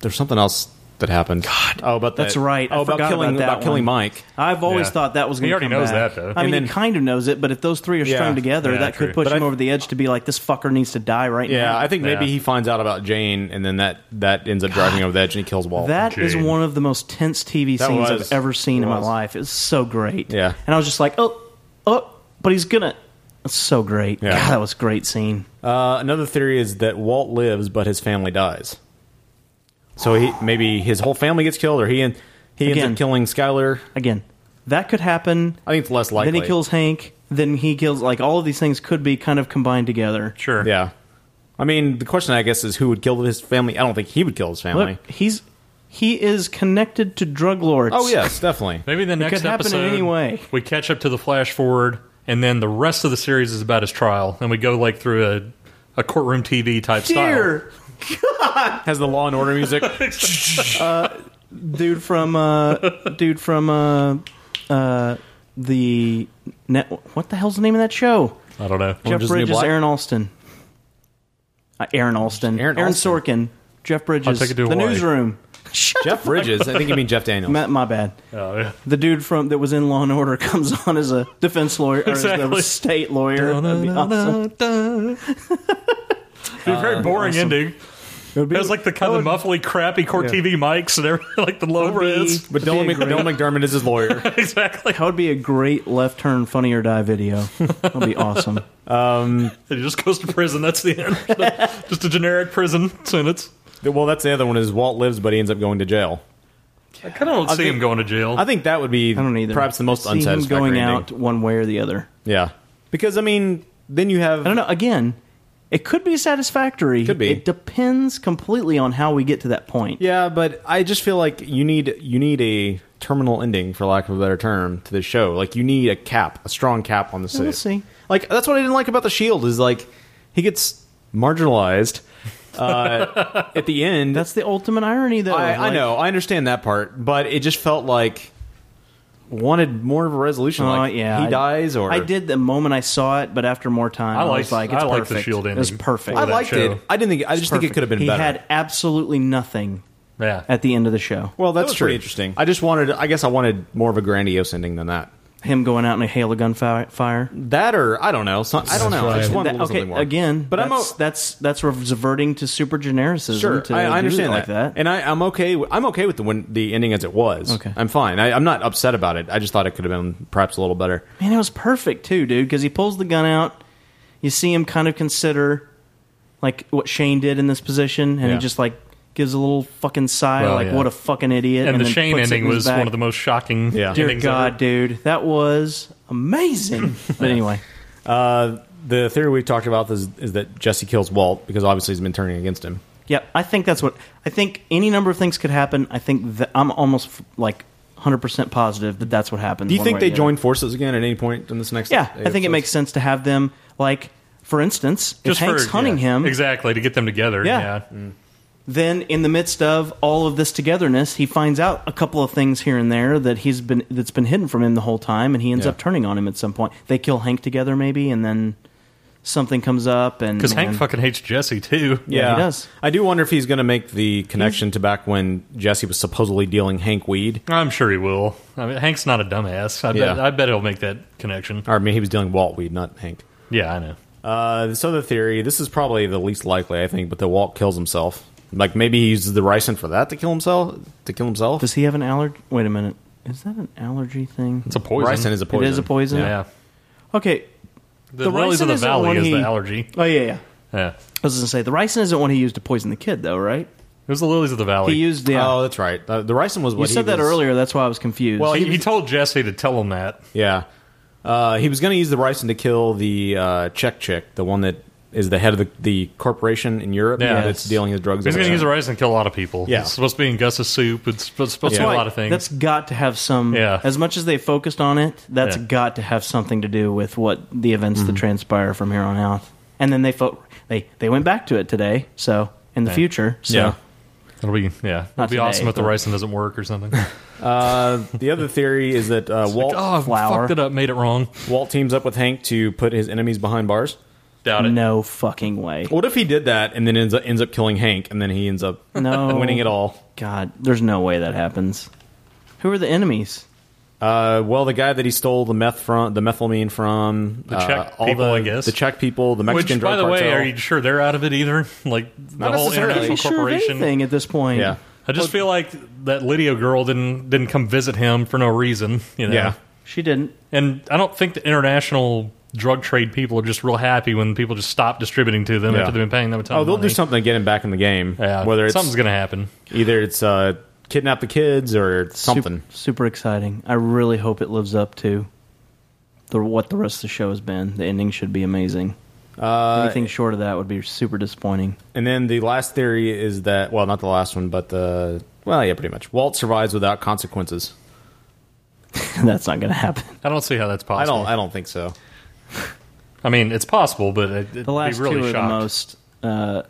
there's something else that happened. God, oh, about
That's
that-
right. I
Oh, about
forgot
killing
about that
about killing
one.
Mike.
I've always
Yeah.
thought that was
He
going to
already
come
knows
back.
that, though.
I mean,
And
he
then-
kind of knows it, but if those three are
Yeah.
strung together,
Yeah,
that
true.
could push
But
him
I-
over the edge to be like, this fucker needs to die right now.
Yeah, I think maybe he finds out about Jane, and then that that ends up driving over the edge, and he kills Walt.
That is one of the most tense TV
That
scenes I've
was-
ever seen in my
was.
life. It's so great.
Yeah.
And I was just like, oh, oh, but he's going to. It's so great.
Yeah.
God, that was a great scene.
Uh, another theory is that Walt lives, but his family dies. So he maybe his whole family gets killed, or he and he ends
Again.
up killing Skyler
again. That could happen.
I think it's less likely.
Then he kills Hank. then he kills. Like all of these things could be kind of combined together.
Sure.
Yeah. I mean, the question I guess is who would kill his family. I don't think he would kill his family.
Look, he's he is connected to drug lords.
Oh yes, definitely.
Maybe the
It
next
could happen in
episode
any way.
we catch up to the flash forward, and then the rest of the series is about his trial, and we go like through a, a courtroom TV type style.
Dear
Has the Law and Order music.
uh, dude from uh, dude from uh, uh, the net. What the hell's the name of that show?
I don't know.
Jeff Bridges, Aaron Alston, uh, Aaron Alston, Aaron, Sorkin, Jeff Bridges,
take it to
the
Hawaii.
newsroom.
Jeff Bridges. I think you mean Jeff Daniels.
My, my bad.
Oh, yeah.
The dude from that was in Law and Order comes on as a defense lawyer, or as
Exactly.
a state lawyer. That'd be awesome.
It'd be a very
Uh,
boring
awesome.
ending. It, was like the kind of muffly, crappy court
yeah.
TV mics and everything, like the low res.
But Dylan, Mc, Dylan McDermott is his lawyer.
exactly.
That would be a great left turn, funny or die video. That'd be awesome.
Um,
He just goes to prison. That's the end. just a generic prison sentence.
well, that's the other one is Walt lives, but he ends up going to jail.
I kind of don't
I
see
think-
him going to jail.
I think that would be perhaps the most
See him
unsatisfactory
going
ending.
out one way or the other.
Yeah, because I mean, then you have. I
don't know. Again, it could be satisfactory. Could
be.
It depends completely on how we get to that point.
Yeah, but I just feel like you need you need a terminal ending, for lack of a better term, to this show. Like you need a cap, a strong cap on the
Yeah,
city.
we'll see.
Like that's what I didn't like about the Shield is like he gets marginalized uh, at the end.
That's the ultimate irony, though.
I, I
Like,
know, I understand that part, but it just felt like wanted more of a resolution.
Oh,
like
yeah,
he
I-
dies, or
I did the moment I saw it, but after more time, I,
I
was like,
liked-
it's
I liked
perfect.
the Shield
It was
ending
perfect.
for I that liked it. show. I didn't think- I
It's
just think it
perfect.
could have been
He
better.
had absolutely nothing.
Yeah.
At the end of the show.
Well,
That
that's
was
true.
pretty
interesting. I just wanted. I guess I wanted more of a grandiose ending than that.
Him going out in a hail of gunfire.
That or I don't know. Some, I don't know. I just wanted
That-
a little
okay,
something more.
again,
but
but
I'm o-
that's, that's that's reverting to super genericism.
sure.
to
I,
do
I understand
it like that.
and I, I'm okay. wi- I'm okay with the when the ending as it was. Okay, I'm fine. I, I'm not upset about it. I just thought it could have been perhaps a little better.
Man, it was perfect too, dude. Because he pulls the gun out. You see him kind of consider like what Shane did in this position, and
Yeah.
he just like gives a little fucking sigh,
Well,
like
yeah.
what a fucking idiot.
And, the
then
Shane
puts it
ending
in his
was
bag.
one of the most shocking
Dear
endings
God,
ever.
dude, that was amazing. but anyway,
uh, the theory we've talked about is, is that Jesse kills Walt because obviously he's been turning against him.
yeah, I think that's what I think. Any number of things could happen. I think that I'm almost like 100 percent positive that that's what happens.
Do you
one way
think
or
they
the other.
join forces again at any point in this next?
Yeah, I think it makes sense to have them. Like, for instance,
Just
if Hank's
for,
hunting
yeah,
him,
exactly to get them together.
Yeah.
Yeah,
then in the midst of all of this togetherness, he finds out a couple of things here and there that he's been that's been hidden from him the whole time, and he ends
Yeah.
up turning on him at some point. They kill Hank together, maybe, and then something comes up, and
because Hank
and-
fucking hates Jesse too.
Yeah, he does.
I do wonder if he's going to make the connection to back when Jesse was supposedly dealing Hank weed.
I'm sure he will. I mean, Hank's not a dumbass. I bet.
Yeah.
I bet he'll make that connection.
Or I mean, he was dealing Walt weed, not Hank.
Yeah, I know.
Uh, this other theory, this is probably the least likely, I think, but the Walt kills himself. Like maybe he uses the ricin for that to kill himself. To kill himself.
Does he have an allergy? Wait a minute, is that an allergy thing?
It's a poison. Ricin is a poison.
It is a poison.
Yeah.
Okay.
The lilies of
ricin
the
isn't
valley
one
is
he-
the allergy.
Oh yeah, yeah.
Yeah.
I was gonna say the ricin isn't one he used to poison the kid, though, right?
It was the lilies of the valley.
He used yeah.
Oh, that's right. Uh, the ricin was
you
what he
said that
was-
earlier. That's why I was confused.
Well, he, he told Jesse to tell him that.
Yeah. Uh, he was going to use the ricin to kill the uh, Czech chick, the one that is the head of the, the corporation in Europe
Yeah.
that's dealing with drugs.
He's
over
going to
there.
use the rice and kill a lot of people.
Yeah.
It's supposed to be in Gus's soup. It's supposed supposed to be a lot of things.
That's got to have some. As much as they focused on it, that's
Yeah.
got to have something to do with what the events that
Mhm.
transpire from here on out. And then they fo- they they went back to it today. So in the
Yeah.
future, so
Yeah. It'll be yeah. It'll
Not
be awesome
today,
if the
but-
ricin doesn't work or something.
Uh, the other theory is that uh, Walt
oh, fucked it up, made it wrong.
Walt teams up with Hank to put his enemies behind bars.
Doubt it.
No fucking way.
What if he did that and then ends up, ends up killing Hank and then he ends up
No.
winning it all?
God, there's no way that happens. Who are the enemies?
Uh, well, the guy that he stole the meth from, the methylamine from,
The
uh,
Czech
all
people,
the,
I guess.
the Czech people, the Mexican
Which,
drug
by the way,
cartel.
are you sure they're out of it either? Like the
Not
whole
necessarily.
international
He's sure of
corporation
anything at this point. Yeah.
I just feel like that Lydia girl didn't didn't come visit him for no reason. You know?
Yeah. She didn't.
And I don't think the international drug trade people are just real happy when people just stop distributing to them
Yeah.
after they've been paying them a ton.
oh,
of
they'll
money.
do something to get him back in the game. Yeah, whether it's,
something's gonna happen.
Either it's uh, kidnap the kids or something.
Super, super exciting. I really hope it lives up to
the what the rest of the show has been. The ending should be amazing.
Uh,
Anything short of that would be super disappointing.
And then the last theory is that well, not the last one, but the well, yeah, pretty much. Walt survives without consequences.
That's not going to happen.
I don't see how that's
I
possible.
don't. I don't think so.
I mean, it's possible, but it, it'd
The last
be really
two are
shocked.
the most uh,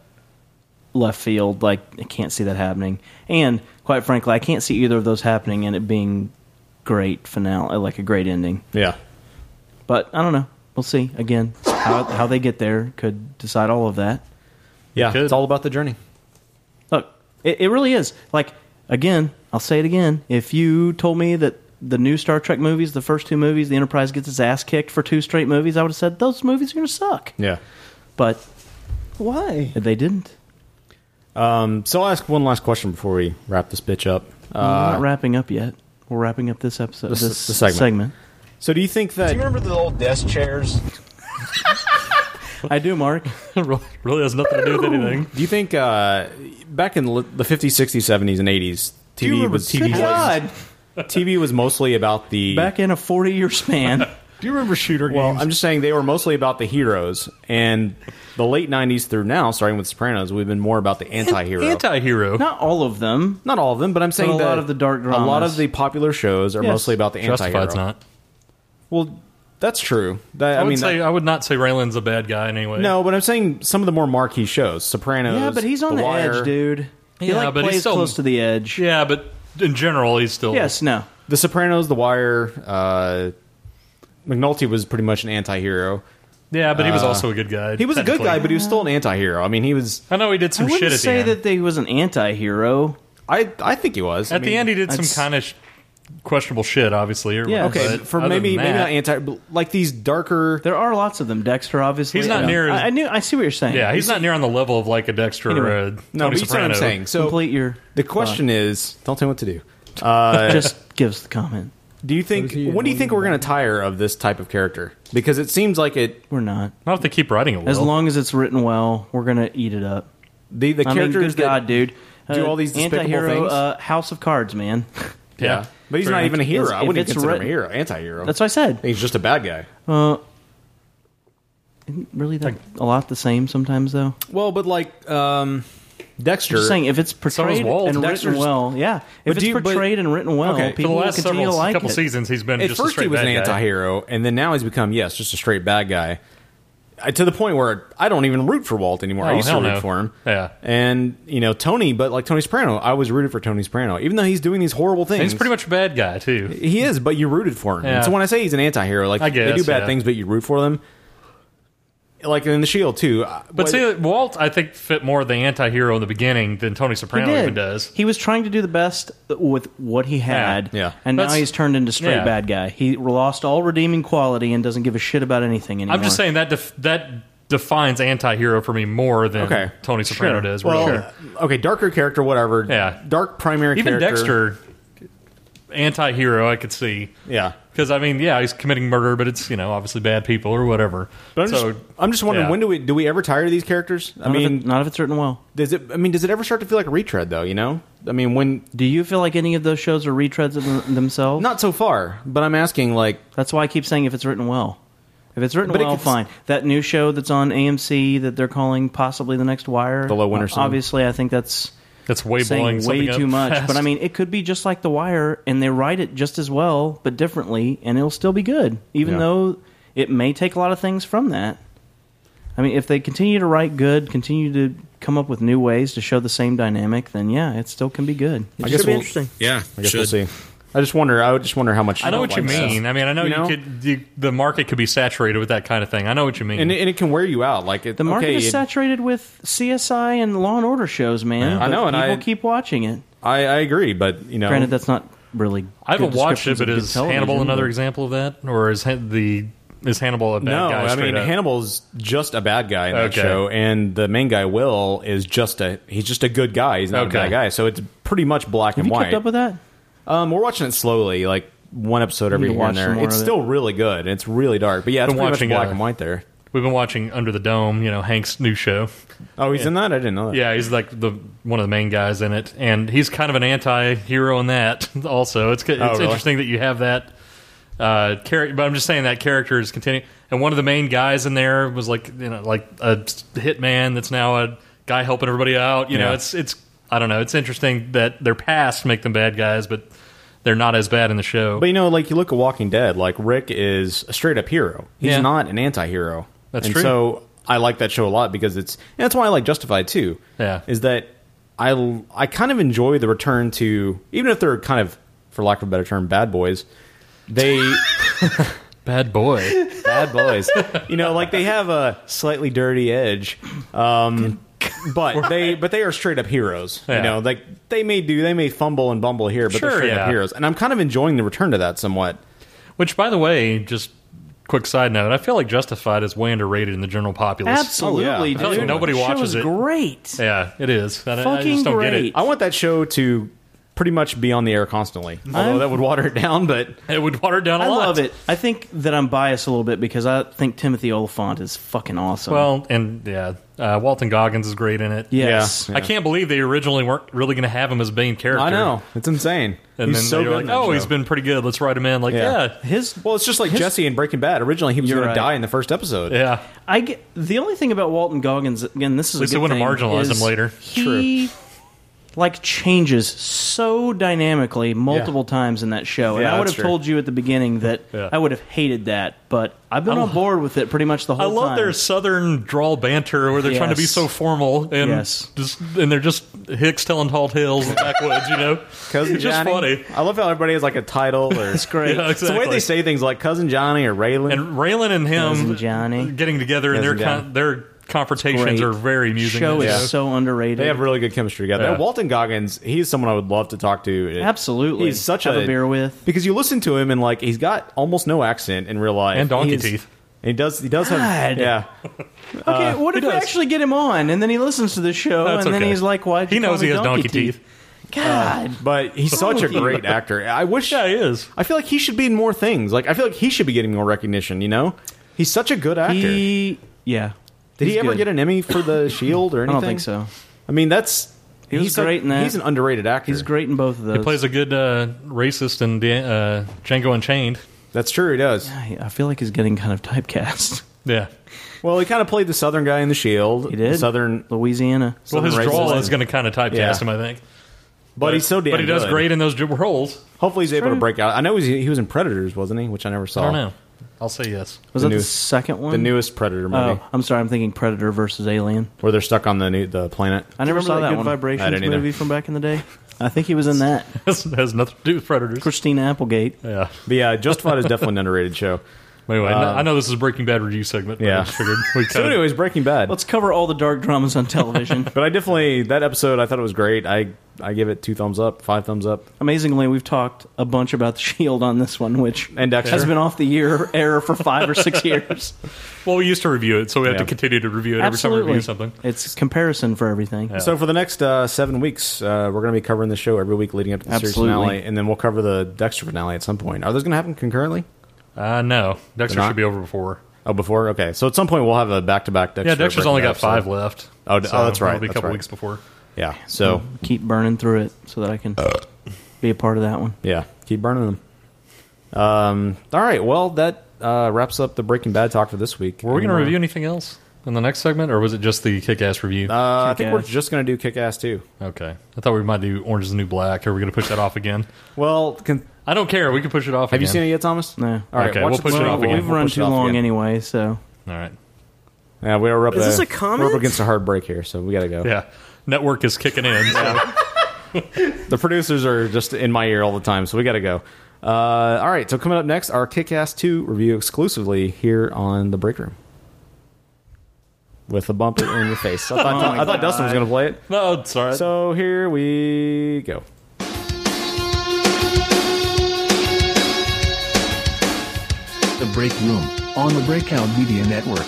left field. Like I can't see that happening. And quite frankly, I can't see either of those happening and it being great finale, uh, like a great ending.
Yeah.
But I don't know. We'll see. Again, how how they get there could decide all of that.
Yeah, it's all about the journey.
Look, it, it really is. Like again, I'll say it again. If you told me that the new Star Trek movies, the first two movies, the Enterprise gets its ass kicked for two straight movies, I would have said those movies are going to suck.
Yeah.
But
Why?
they didn't.
Um, so I'll ask one last question before we wrap this bitch up.
We're not wrapping up yet. We're wrapping up this episode.
This-
This,
the segment.
segment.
So do you think that?
Do you
remember the old desk chairs?
I do, Mark.
really has nothing to do with anything.
Do you think uh, back in the fifties, sixties, seventies, and eighties,
Do you
TV
remember-
was TV
Good God.
was TV was mostly about the
Back in a forty-year span.
Do you remember shooter well, I'm just saying they were mostly about the heroes, and the late '90s through now, starting with Sopranos, we've been more about the anti-hero.
Anti-hero.
Not all of them.
Not all of them, but I'm saying
a
that
lot of the dark dramas.
A lot of the popular shows are
Yes.
mostly about the anti-hero.
Justified's not.
Well, that's true. That,
I,
I,
would
mean,
say
that-
I would not say Raylan's a bad guy in any way.
no, but I'm saying some of the more marquee shows, Sopranos.
Yeah, but he's on
the
Wire.
edge, dude. He
yeah,
like
but
plays
he's still
close to the edge.
Yeah, but in general, he's still
Yes, no.
The Sopranos, The Wire. Uh, McNulty was pretty much an anti-hero.
Yeah, but he was
Uh,
also a good guy.
He was a good
technically.
guy, but he was still an anti-hero. I mean, he was.
I know he did some
I wouldn't
shit at
say
the end.
that they was an anti-hero.
I I think he was.
at the end, he did some kind of sh- questionable shit, obviously. Or whatever,
okay,
but
for
other
maybe
than
maybe
that-
not anti, but like these darker.
There are lots of them. Dexter, obviously.
He's not near as-
I, I knew. I see what you're saying.
Yeah, he's not near on the level of like a Dexter or a
Anyway.
No,
Tony
but you see what
Soprano.
I'm saying. So
complete your.
The question is, don't tell me what to do. Uh,
just give us the comment.
do you think? When do you think we're going to tire of this type of character? Because it seems like it.
We're not.
Not if they keep writing it.
As long as it's written well, we're gonna eat it up.
The the
I mean,
characters
good
that
God, dude,
do
Uh,
all these despicable
anti-hero,
things?
Uh, House of Cards, man.
Yeah. But he's
Pretty
not
much.
even a hero.
If
I wouldn't even
it's
consider him a
written-
hero. Anti-hero.
That's what I said.
He's just a bad guy.
Uh, isn't really that a lot the same sometimes though.
Well, but like um, Dexter.
I'm just saying, if it's portrayed and
Dexter's-
written well, yeah.
But
If it's
do you- but-
portrayed and written well,
Okay. For the
people will
last
continue
several-
to like
couple
it.
seasons, he's been
At
just a
first,
straight
he was
bad
an
guy.
anti-hero, and then now he's become yes, just a straight bad guy. I, to the point where I don't even root for Walt anymore. I
Oh,
used to
hell
root
no.
for him.
Yeah.
and you know Tony, but like Tony Soprano, I was rooted for Tony Soprano, even though he's doing these horrible
And
things.
he's pretty much a bad guy too.
he is, but you rooted for him.
Yeah.
So when I say he's an anti-hero, like
I guess,
they do bad
yeah.
things, but you root for them. Like in the Shield too. But
But see, Walt, I think fit more the anti-hero in the beginning than Tony
He
Soprano
did.
even does.
He was trying to do the best with what he had,
Yeah, yeah.
and now
That's-
he's turned into straight
yeah.
bad guy. He lost all redeeming quality and doesn't give a shit about anything anymore.
I'm just saying that def- that defines anti-hero for me more than
Okay.
Tony Soprano
Sure.
does.
Well,
really.
uh, okay, darker character, whatever.
Yeah,
dark primary
even
character.
Dexter, anti-hero, I could see.
Yeah,
because I mean, yeah, he's committing murder, but it's you know obviously bad people or whatever.
But I'm,
so
just, I'm just wondering
yeah.
when do we do we ever tire of these characters?
Not
I
if
mean,
it- not if it's written well.
Does it? I mean, does it ever start to feel like a retread though? You know, I mean, when
do you feel like any of those shows are retreads of them- themselves?
Not so far, but I'm asking like
that's why I keep saying if it's written well. If it's written
But it
well,
could s-
fine. That new show that's on AMC that they're calling possibly the next Wire,
The Low Winter Sun.
Obviously, I think that's
that's way blowing
saying way
something up
too much.
fast.
But I mean, it could be just like The Wire, and they write it just as well, but differently, and it'll still be good, even
Yeah.
though it may take a lot of things from that. I mean, if they continue to write good, continue to come up with new ways to show the same dynamic, then yeah, it still can be good. It should be
we'll-
interesting.
Yeah, I guess we'll see. I just wonder. I would just wonder how much.
I know
Walt
what you
likes
mean.
that.
I mean, I know you, could you, the market could be saturated with that kind of thing. I know what you mean.
and it, and it can wear you out. Like it,
The market
okay,
is
it-
saturated with CSI and Law and Order shows, man.
Yeah. I
but
know, and
people
I-
keep watching it.
I, I agree, but you know,
Granted, that's not really.
I haven't
good
watched it,
descriptions of
but
good
is
television,
Hannibal another
but-
example of that, or is Han- the is Hannibal a bad
no.
guy?
I
straight
mean,
up?
Hannibal's just a bad guy in that
Okay.
show, and the main guy Will is just a he's just a good guy. He's not
Okay.
a bad guy. So it's pretty much black
Have
and
you
white.
kept up with that?
Um, we're watching it slowly, like one episode every
need to
here
watch
and
some
there.
more
It's
of it.
still really good. and It's really dark, but yeah, it's
Been
pretty
watching,
much black
uh,
and white there.
We've been watching Under the Dome, you know, Hank's new show.
Oh, he's
Yeah.
in that. I didn't know that.
Yeah, he's like the one of the main guys in it, and he's kind of an anti-hero in that. Also, it's it's
Oh, really?
interesting that you have that
Uh, char- but I'm just saying that character is continuing. And one of the main guys in there was like, you know, like a hitman that's now a guy helping everybody out. You know,
Yeah.
it's it's I don't know. It's interesting that their past make them bad guys, but they're not as bad in the show.
But you know, like you look at Walking Dead, like Rick is a straight up hero. He's
Yeah.
not an anti hero.
That's
and
true.
So I like that show a lot because it's and that's why I like Justified too.
Yeah.
Is that I I kind of enjoy the return to even if they're kind of for lack of a better term bad boys. They
bad boy.
Bad boys. you know, like they have a slightly dirty edge. Um but they but they are straight up heroes.
Yeah.
You know, like they may do they may fumble and bumble here, but
Sure,
they're straight
yeah.
up heroes. And I'm kind of enjoying the return to that somewhat.
Which, by the way, just quick side note, I feel like Justified is way underrated in the general populace.
oh,
Absolutely,
I feel like
dude.
nobody
That show
watches
is
it.
Great.
Yeah, it is. I, I just don't get it.
I want that show to pretty much be on the air constantly. Although
I'm-
that would water it down, but
it would water it down a
I
lot.
love it. I think that I'm biased a little bit because I think Timothy Oliphant is fucking awesome.
Well, and yeah, uh, Walton Goggins is great in it.
Yes. Yeah.
I can't believe they originally weren't really going to have him as main character.
I know it's insane.
And
he's
then
so
they were
good.
like,
in that
"Oh, he's
show."
been pretty good. Let's write him in." Like, yeah,
his
well, it's just like Jesse in Breaking Bad. Originally, he was
You're
going
right.
to die in the first episode.
Yeah,
I get, the only thing about Walton Goggins again. This is
At least
a
they
good
wouldn't
thing,
marginalize
is
him later.
He like changes so dynamically multiple times in that show, and
Yeah,
I would
that's
have
true.
told you at the beginning that
Yeah.
I would have hated that, but I've been
I
on
lo-
board with it pretty much the
I
whole
love
time.
their southern drawl banter where they're trying to be
Yes.
so formal and
Yes.
just and they're just Hicks telling tall tales in the backwoods, you know.
Cousin
it's just
Johnny.
funny.
I love how everybody has like a title. Or, it's
great. Yeah,
the way
exactly.
they say things like cousin Johnny or Raylan.
And Raylan and him
Cousin
getting together and their
Cousin
con-
Johnny.
their confrontations
Great.
are very amusing.
Show is
Yeah.
so
underrated.
They have really good chemistry together.
Yeah.
And Walton Goggins, he's someone I would love to talk to.
Absolutely.
he's such
Have a beer with.
because you listen to him and like he's got almost no accent in real life
And donkey
He's-
teeth.
And he does. He does have.
God.
Yeah.
Okay,
Uh,
what
he
if we
does.
actually get him on, and then he listens to the show,
That's
Oh, and then
okay.
he's like, "Why?"
He knows he has donkey teeth.
God,
Uh, But he's
What's wrong
such a
with you?
great actor. I wish. Yeah,
he is.
I feel like he should be in more things. Like I feel like he should be getting more recognition. You know, he's such a good actor.
He, yeah.
Did he
He's
ever
good.
get an Emmy for the Shield or
I
anything?
don't think so.
I mean, that's
He was
he's like-
great in that.
He's an underrated actor.
He's great in both of those.
He plays a good uh, racist in Dan- uh, Django Unchained.
That's true. He does.
I I feel like he's getting kind of typecast.
Yeah.
Well, he kind of played the Southern guy in the Shield. He
did.
Southern
Louisiana.
Well, his
Southern
drawl
racist.
is going to kind of typecast
Yeah.
him, I think.
But he's so damn
But he does
good.
great in those j- roles.
Hopefully, he's able
True.
to break out. I know he's, he was in Predators, wasn't he? Which I never saw.
I don't know. I'll say yes.
Was
The
that
newest-
the second one?
the newest Predator movie.
Oh, I'm sorry. I'm thinking Predator versus Alien.
Where they're stuck on the new, the planet.
I never
Remember
saw
that
that
Good
one.
Vibrations I didn't either.
movie
movie
from back in the day. I think he was in that.
has, has nothing to do with Predators.
Christina Applegate.
Yeah.
But yeah, Justified is definitely an underrated show.
Anyway, I
Uh,
know- I know this is a Breaking Bad review segment. But
yeah.
I just figured we
so,
kinda-
anyways, Breaking Bad.
Let's cover all the dark dramas on television.
but I definitely that episode. I thought it was great. I I give it two thumbs up, five thumbs up.
Amazingly, we've talked a bunch about the Shield on this one, which
And Dexter.
has been off the year air for five or six years.
well, we used to review it, so we have
Yeah.
to continue to review it every time we
Absolutely.
review something.
It's comparison for everything.
So for the next uh, seven weeks, uh, we're going to be covering the show every week leading up to the
Absolutely.
series finale, and then we'll cover the Dexter finale at some point. Are those going to happen concurrently?
Uh, no, Dexter
They're not?
should be over before.
Oh, before. Okay, so at some point we'll have a back-to-back Dexter.
yeah, Dexter's
Breaking
only
Bad
got five
episode.
left.
Oh, d-
so
oh that's right.
It'll be a
that's
couple
right.
weeks before.
Yeah. So
keep burning through it so that I can
Uh.
be a part of that one.
yeah, keep burning them. Um. All right. Well, that uh, wraps up the Breaking Bad talk for this week. uh,
Were we going to
Anyone-
review anything else in the next segment, or was it just the kick-ass review?
Uh, I think we're just going to do Kick Ass too.
Okay. I thought we might do Orange is the New Black. Are we going to push that off again?
Well,
I don't care. We can push it off.
Have you
again.
seen it yet, Thomas?
No.
All right.
Okay,
watch
we'll
the
push it
trailer.
off again.
We've run
push it
too
off
long
again.
anyway, so
All right.
Yeah, we are up.
Is this
uh,
a comment?
We're up against a hard break here, so we got to go.
Yeah. Network is kicking in. so-
the producers are just in my ear all the time, so we got to go. Uh, all right, so coming up next, our Kick Ass 2 review exclusively here on The Break Room. With a bump in your face. I thought,
Oh my
I
God.
thought Dustin was going to play it.
No, it's all right.
So here we go.
The Break Room on the Breakout Media Network.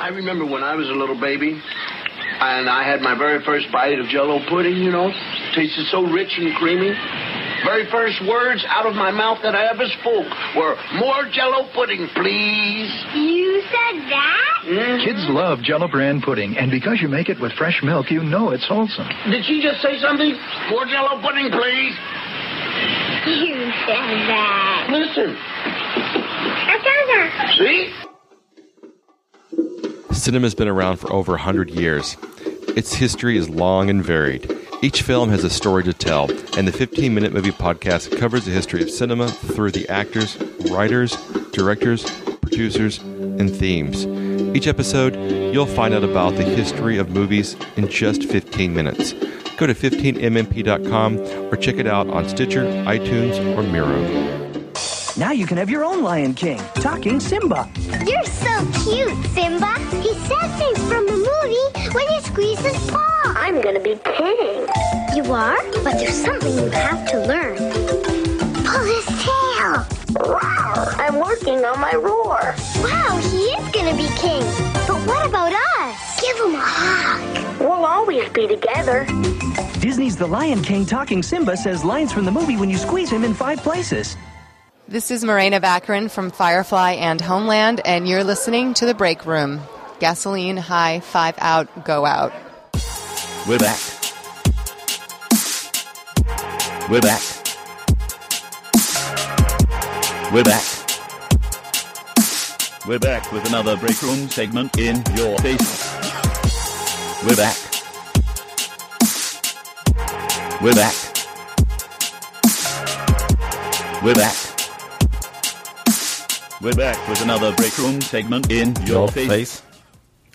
I remember when I was a little baby, and I had my very first bite of Jello pudding. You know, tasted so rich and creamy. Very first words out of my mouth that I ever spoke were "More Jello pudding, please."
You said that?
Kids love Jello brand pudding, and because you make it with fresh milk, you know it's wholesome.
Did she just say something? More jello pudding, please.
You said that.
Listen. See?
Cinema's been around for over 100 years. Its history is long and varied. Each film has a story to tell, and the 15 Minute Movie Podcast covers the history of cinema through the actors, writers, directors, producers, and themes. Each episode, you'll find out about the history of movies in just 15 minutes. Go to 15mmp.com or check it out on Stitcher, iTunes, or Miro.
Now you can have your own Lion King, talking Simba.
You're so cute, Simba. He says things from the movie when you squeeze his paw. I'm gonna be king. You are, but there's something you have to learn. Pull his tail. Wow! I'm working on my roar. Wow, he is gonna be king. But what about us? Give him a hug. We'll always be together.
Disney's The Lion King talking Simba says lines from the movie when you squeeze him in five places.
This is Morena Baccarin from Firefly and Homeland, and you're listening to The Break Room. Gasoline, high, five out, go out.
We're back. We're back. We're back. We're back with another break room segment in your face. We're back. We're back. We're back. We're back with another break room segment in your, face.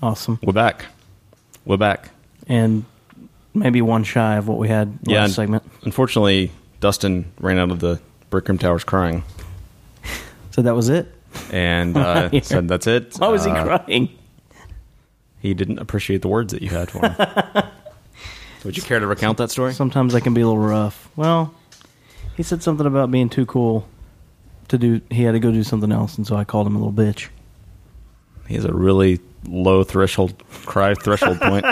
Awesome.
We're back. We're back.
And maybe one shy of what we had last
Yeah. un-
segment.
Unfortunately, Dustin ran out of the brick room towers crying,
So that was it.
and uh,
Yeah.
said, "That's it."
Why was he
Uh,
crying?
He didn't appreciate the words that you had for him. Would you care to recount that story?
Sometimes I can be a little rough. Well, he said something about being too cool to do. He had to go do something else, and so I called him a little bitch.
He has a really low threshold cry threshold point.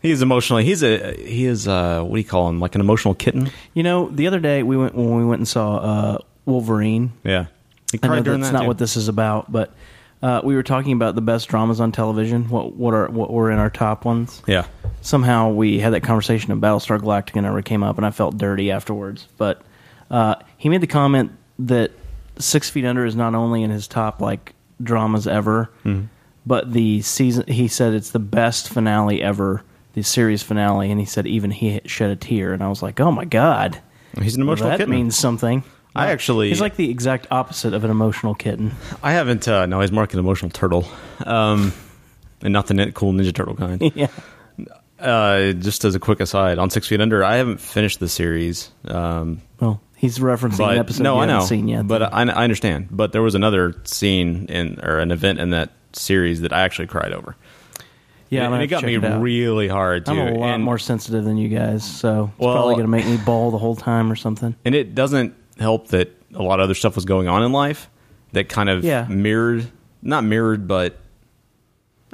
He's emotionally. He's a. He is. Uh, what do you call him? Like an emotional kitten.
You know, the other day we went when we went and saw uh, Wolverine.
Yeah, he
I
cried
know
during
that's
that,
not
too.
what this is about, but uh, we were talking about the best dramas on television. What what are what were in our top ones?
Yeah.
Somehow we had that conversation of Battlestar Galactica never came up, and I felt dirty afterwards. But uh, he made the comment that Six Feet Under is not only in his top like dramas ever,
Mhm.
but the season. He said it's the best finale ever, the series finale, and he said even he shed a tear, and I was like, oh my god,
He's an emotional
That
kitten.
means something.
I actually.
He's like the exact opposite of an emotional kitten.
I haven't. Uh, no, he's more like an emotional turtle, um, and not the nin- cool Ninja Turtle kind.
yeah.
Uh, just as a quick aside, on Six Feet Under, I haven't finished the series. Um,
Well, he's referencing
but
an episode
no,
you
I know.
haven't seen yet.
But I, I understand. But there was another scene in or an event in that series that I actually cried over.
Yeah, I'm
and,
gonna have
it got
to
me
check it out.
really hard too.
I'm a lot
and,
more sensitive than you guys, so it's
Well-
probably going to make me bawl the whole time or something.
and it doesn't help that a lot of other stuff was going on in life that kind of
Yeah.
mirrored, not mirrored, but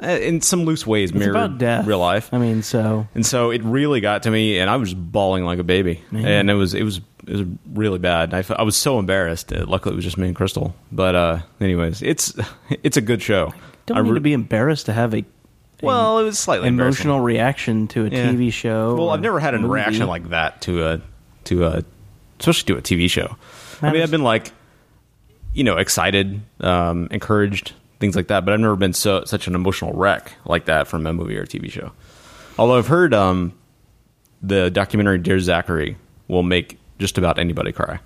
uh, in some loose ways
It's
mirrored
about death.
real life.
I mean, so
And so it really got to me, and I was bawling like a baby,
Man.
and it was it was it was really bad. I, fe- I was so embarrassed. Uh, Luckily, it was just me and Crystal. But uh, anyways, it's it's a good show.
don't
I
need
re-
to be embarrassed to have a, a
well, it was slightly
emotional reaction to a
Yeah.
TV show.
Well,
or
I've never had a
movie.
reaction like that to a to a especially to a TV show. I mean,
Matters.
I've been like, you know, excited, um, encouraged, things like that, but I've never been so such an emotional wreck like that from a movie or a TV show. Although I've heard um, the documentary Dear Zachary will make just about anybody cry.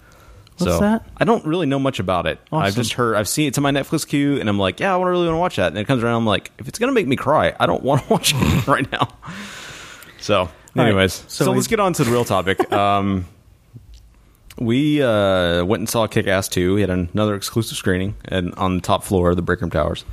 What's
so
that?
I don't really know much about it. I've
Awesome.
just heard, I've seen it's in my Netflix queue, and I'm like, yeah, I wanna- really want to watch that. And it comes around, I'm like, if it's going to make me cry, I don't want to watch it right now. So,
right.
anyways,
So
so,
we-
let's get on to the real topic. um, we uh, went and saw Kick Ass 2. We had another exclusive screening and on the top floor of the Brickram Towers.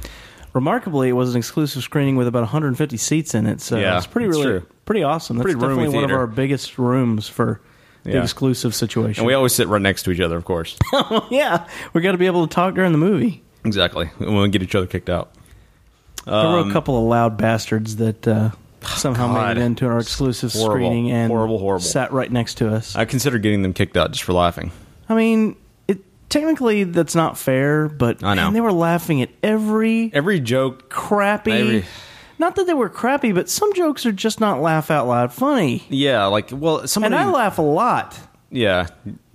Remarkably, it was an exclusive screening with about 150 seats in it, so
Yeah,
it's pretty
it's
really
true.
pretty awesome. That's
Pretty roomy
definitely one of
theater.
our biggest rooms for the
Yeah.
exclusive situation.
And we always sit right next to each other, of course.
yeah, we got to be able to talk during the movie.
exactly. And we'll get each other kicked out.
there were
Um, Oh,
a couple of loud bastards that uh, somehow
God.
made it into our exclusive
Horrible,
screening and
horrible, horrible.
sat right next to us.
I considered getting them kicked out just for laughing.
I mean, it technically that's not fair, but
I know.
man, they were laughing at every
every joke
crappy.
Every-
not that they were crappy, but some jokes are just not laugh out loud funny.
Yeah, like well, somebody.
and I laugh a lot,
Yeah,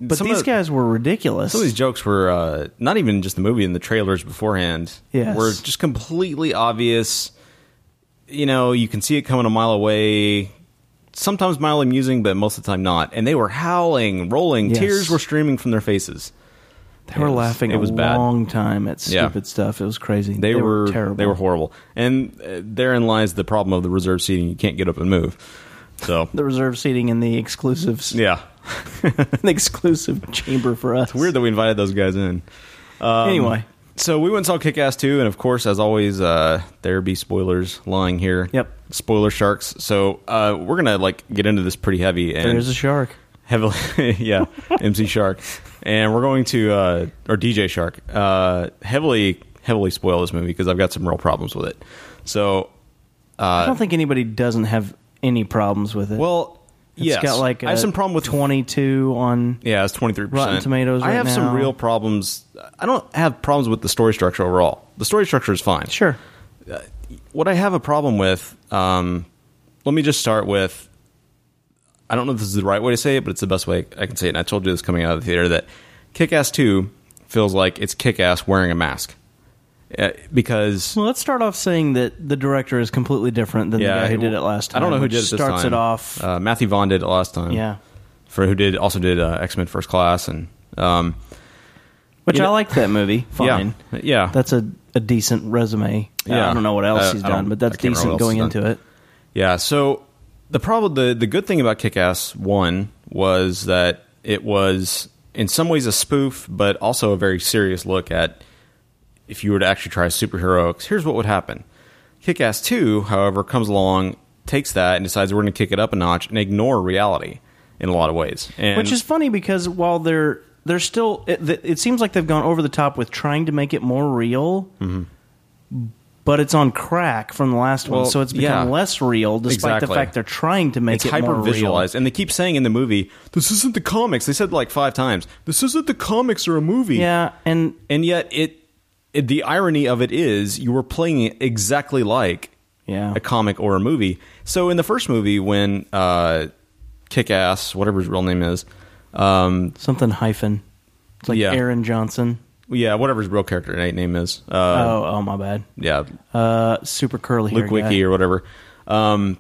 but these guys were ridiculous.
Some of these jokes were uh, not even just the movie and the trailers beforehand.
Yes.
were just completely obvious. You know, you can see it coming a mile away. Sometimes mildly amusing, but most of the time not. And they were howling, rolling.
Yes.
Tears were streaming from their faces.
They were
It was-
laughing
It was
a
bad.
long time at
Yeah.
stupid stuff. It was crazy.
They, were,
terrible.
They were horrible. And uh, therein lies the problem of the reserve seating. You can't get up and move. So
the reserve seating in the exclusives.
Yeah,
an exclusive chamber for us. It's
weird that we invited those guys in. Um,
Anyway.
so we went and saw Kick Ass 2, and of course, as always, uh, there be spoilers lying here. Yep, spoiler sharks. So uh, we're gonna like get into this pretty heavy. And
There's a shark.
heavily yeah mc shark and we're going to uh or dj shark uh heavily heavily spoil this movie because i've got some real problems with it so uh
I don't think anybody doesn't have any problems with it.
Well,
it's
yes.
got like
I have some problem
with twenty-two on.
yeah it's 23%
Rotten Tomatoes
i
right
have some
now.
real problems i don't have problems with the story structure overall the story structure is fine
sure
uh, what i have a problem with um let me just start with I don't know if this is the right way to say it, but it's the best way I can say it. And I told you this coming out of the theater that Kick Ass 2 feels like it's Kick Ass wearing a mask. Uh, because.
Well, let's start off saying that the director is completely different than the guy who
it-
did it last time.
I don't know who
which
did it this
starts
time.
it off.
Uh, Matthew Vaughn did it last time.
Yeah.
For who did also did uh, X Men First Class and um,
Which
you
I
know-
liked that movie.
Yeah.
Fine.
yeah.
That's a, a decent resume.
Yeah.
I don't know what else
I-
he's
I don't-
done, but
I
that's
can't remember
decent
what else
going
he's done.
into it.
Yeah. So the problem, the the good thing about Kick Ass One was that it was in some ways a spoof, but also a very serious look at if you were to actually try superheroics. Here's what would happen. Kick Ass Two, however, comes along, takes that, and decides we're going to kick it up a notch and ignore reality in a lot of ways. And
Which is funny because while they're they're still, it, it seems like they've gone over the top with trying to make it more real,
Mhm.
but it's on crack from the last
Well,
one, so it's become
yeah.
less real, despite
Exactly.
the fact they're trying to make
it's
it
hyper
more real.
visualized, and they keep saying in the movie, "This isn't the comics." They said like five times, "This isn't the comics or a movie."
Yeah, and
and yet it, it- the irony of it is you were playing it exactly like a comic or a movie. So in the first movie, when uh, Kick Ass, whatever his real name is, um,
something hyphen, it's like
yeah,
Aaron Johnson.
yeah, whatever his real character name is. Uh,
oh, oh my bad.
yeah,
Uh, super curly hair
Luke Wiki
guy.
or whatever. Um,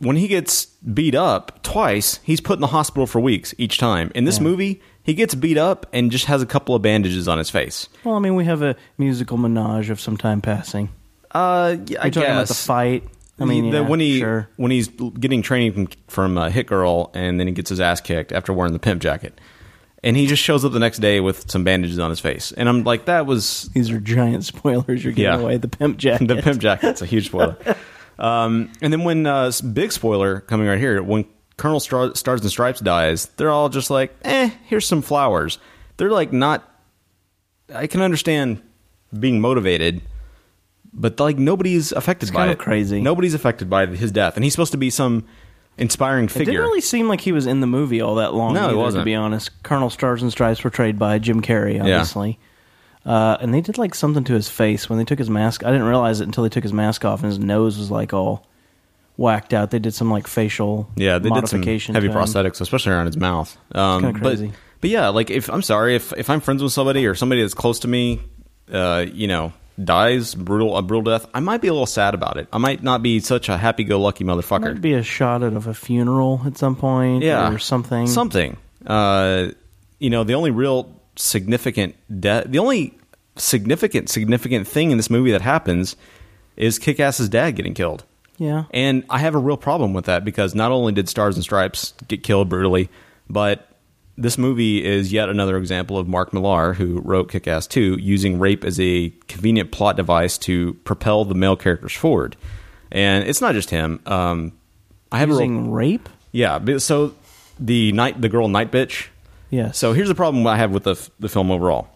when he gets beat up twice, he's put in the hospital for weeks each time. In this
Yeah.
movie, he gets beat up and just has a couple of bandages on his face.
Well, I mean, we have a musical menage of some time passing.
Uh,
You're talking about the
guess.
fight. I mean,
the,
yeah,
when he
sure.
when he's getting training from, from uh, Hit Girl, and then he gets his ass kicked after wearing the pimp jacket, and he just shows up the next day with some bandages on his face, and I'm like, that was
these are giant spoilers you're giving
Yeah.
away. The pimp jacket.
the pimp jacket's a huge spoiler. um, and then when uh, s- big spoiler coming right here, when Colonel Star- Stars and Stripes dies, they're all just like, eh, here's some flowers. They're like not. I can understand being motivated, but like nobody's affected by
kind
it.
of crazy.
Nobody's affected by his death, and he's supposed to be some inspiring
It
figure.
didn't really seem like he was in the movie all that long.
No, he
either,
wasn't.
To be honest, Colonel Stars and Stripes portrayed by Jim Carrey, obviously. Uh, and they did like something to his face when they took his mask. I didn't realize it until they took his mask off, and his nose was like all whacked out. They did some like facial
yeah, they did some
modification
heavy
to him.
prosthetics, especially around his mouth. Um,
kinda crazy.
But, but yeah, like if I'm sorry if if I'm friends with somebody or somebody that's close to me, uh, you know, dies brutal a brutal death, I might be a little sad about it. I might not be such a happy go lucky motherfucker.
Might be a shot out of a funeral at some point,
Yeah,
or something.
Something. Uh, you know, the only real significant death, the only significant significant thing in this movie that happens is Kick-Ass's dad getting killed.
Yeah.
And I have a real problem with that because not only did Stars and Stripes get killed brutally, but this movie is yet another example of Mark Millar, who wrote Kick Ass 2, using rape as a convenient plot device to propel the male characters forward. And it's not just him. Um, I have a
Using
real,
rape?
Yeah. but- So the night, the girl night bitch.
Yes.
So here's the problem I have with the, f- the film overall.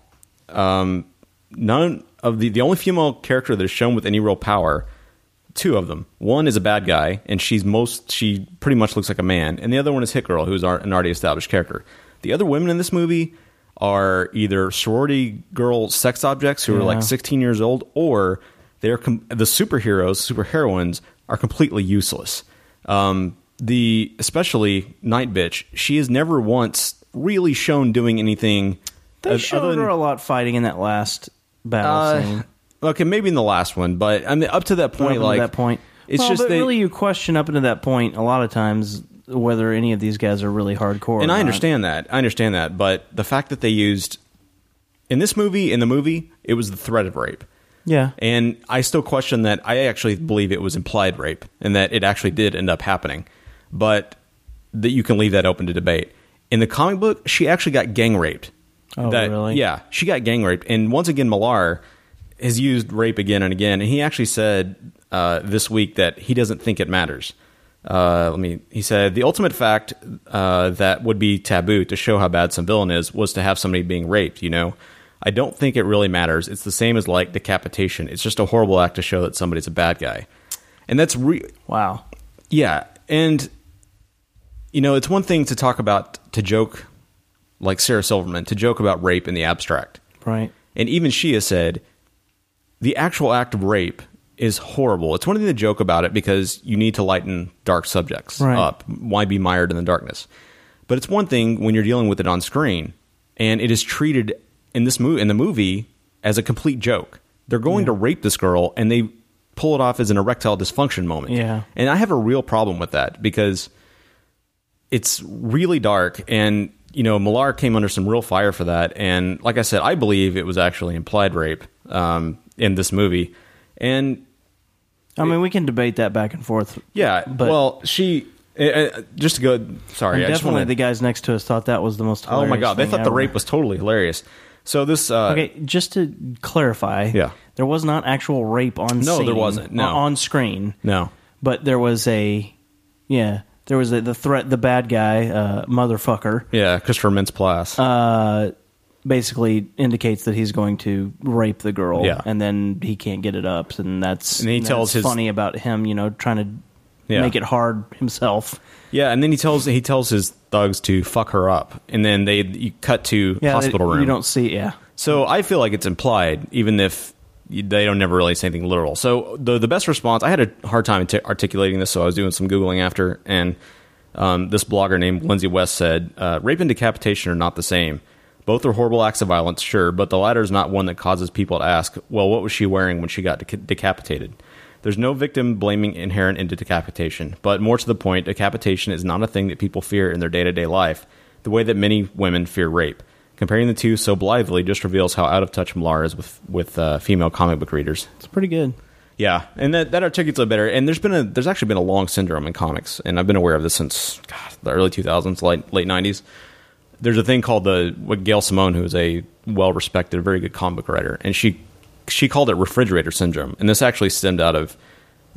Um, none of the the only female character that is shown with any real power two of them. One is a bad guy, and she's most she pretty much looks like a man, and the other one is Hit Girl, who's ar- an already established character. The other women in this movie are either sorority girl sex objects who are
Yeah.
like 16 years old, or they're com- the superheroes, superheroines are completely useless. Um, the especially Night Bitch, she is never once really shown doing anything.
They showed her a lot fighting in that last battle
Uh,
scene.
Okay, maybe in the last one, but I mean, up to that point,
Up until
like
that point.
it's
Well,
just
but
they,
really you question up into that point a lot of times whether any of these guys are really hardcore.
And
or
I
not.
understand that. I understand that. But the fact that they used in this movie, in the movie, it was the threat of rape.
Yeah.
And I still question that. I actually believe it was implied rape and that it actually did end up happening. But that you can leave that open to debate. In the comic book, she actually got gang raped.
Oh,
That-
really?
Yeah, she got gang raped. And once again, Millar has used rape again and again. And he actually said uh, this week that he doesn't think it matters. Uh, let me. He said the ultimate fact uh, that would be taboo to show how bad some villain is was to have somebody being raped. You know, I don't think it really matters. It's the same as like decapitation. It's just a horrible act to show that somebody's a bad guy, and that's re-
wow.
Yeah, and you know, it's one thing to talk about to joke like Sarah Silverman to joke about rape in the abstract.
Right.
And even she has said the actual act of rape is horrible. It's one thing to joke about it because you need to lighten dark subjects
Right.
up. Why be mired in the darkness? But it's one thing when you're dealing with it on screen and it is treated in this movie in the movie as a complete joke. They're going to rape this girl and they pull it off as an erectile dysfunction moment.
Yeah.
And I have a real problem with that because it's really dark and you know Millar came under some real fire for that and like I said I believe it was actually implied rape um, in this movie and
I mean, we can debate that back and forth.
yeah
But-
well she uh, uh, just to go sorry
And
I just
definitely
wanna,
the guys next to us thought that was the most.
oh my
hilarious
god they
thing
thought the
ever.
rape was totally hilarious so this uh,
Okay, just to clarify,
Yeah.
there was not actual rape on
No,
scene.
there wasn't, no.
on, on screen.
No,
but there was a yeah, there was a, the threat, the bad guy, uh, motherfucker.
yeah Christopher Mintz Plasse
Uh, basically indicates that he's going to rape the girl.
Yeah.
and then he can't get it up, and that's
And he tells
that's
his-
funny about him, you know, trying to
Yeah.
make it hard himself.
yeah and then he tells he tells his thugs to fuck her up and then they you cut to
Yeah,
hospital
they-
room
You don't see, yeah.
So I feel like it's implied, even if you- they don't never really say anything literal. So the the best response, I had a hard time t- articulating this, so I was doing some googling after, and um, this blogger named Lindsay West said, uh, "Rape and decapitation are not the same. Both are horrible acts of violence, sure, but the latter is not one that causes people to ask, well, what was she wearing when she got deca- decapitated." There's no victim blaming inherent into decapitation, but more to the point, decapitation is not a thing that people fear in their day to day life, the way that many women fear rape. Comparing the two so blithely just reveals how out of touch Millar is with with uh, female comic book readers.
It's pretty good.
Yeah, and that that articulates it better. And there's been a there's actually been a long syndrome in comics, and I've been aware of this since God, the early 2000s, late late 90s. There's a thing called the what Gail Simone, who is a well respected, very good comic book writer, and she she called it refrigerator syndrome, and this actually stemmed out of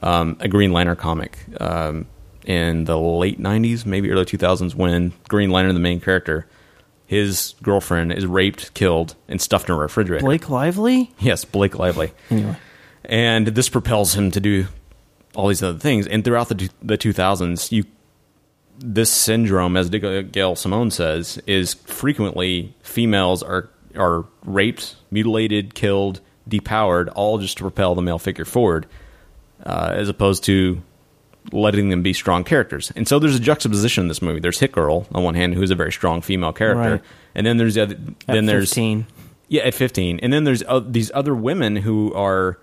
um, a Green Lantern comic um, in the late 90s, maybe early 2000s, when Green Lantern, the main character, his girlfriend is raped, killed, and stuffed in a refrigerator.
Blake Lively?
Yes, Blake Lively.
Anyway.
And this propels him to do all these other things. And throughout the the 2000s, you this syndrome, as uh, Gail Simone says, is frequently females are are raped, mutilated, killed, depowered, all just to propel the male figure forward, uh, as opposed to letting them be strong characters. And so there's a juxtaposition in this movie. There's Hit Girl on one hand, who is a very strong female character,
Right.
and then there's the other,
At
then there's
15.
yeah, at 15. And then there's uh, these other women who are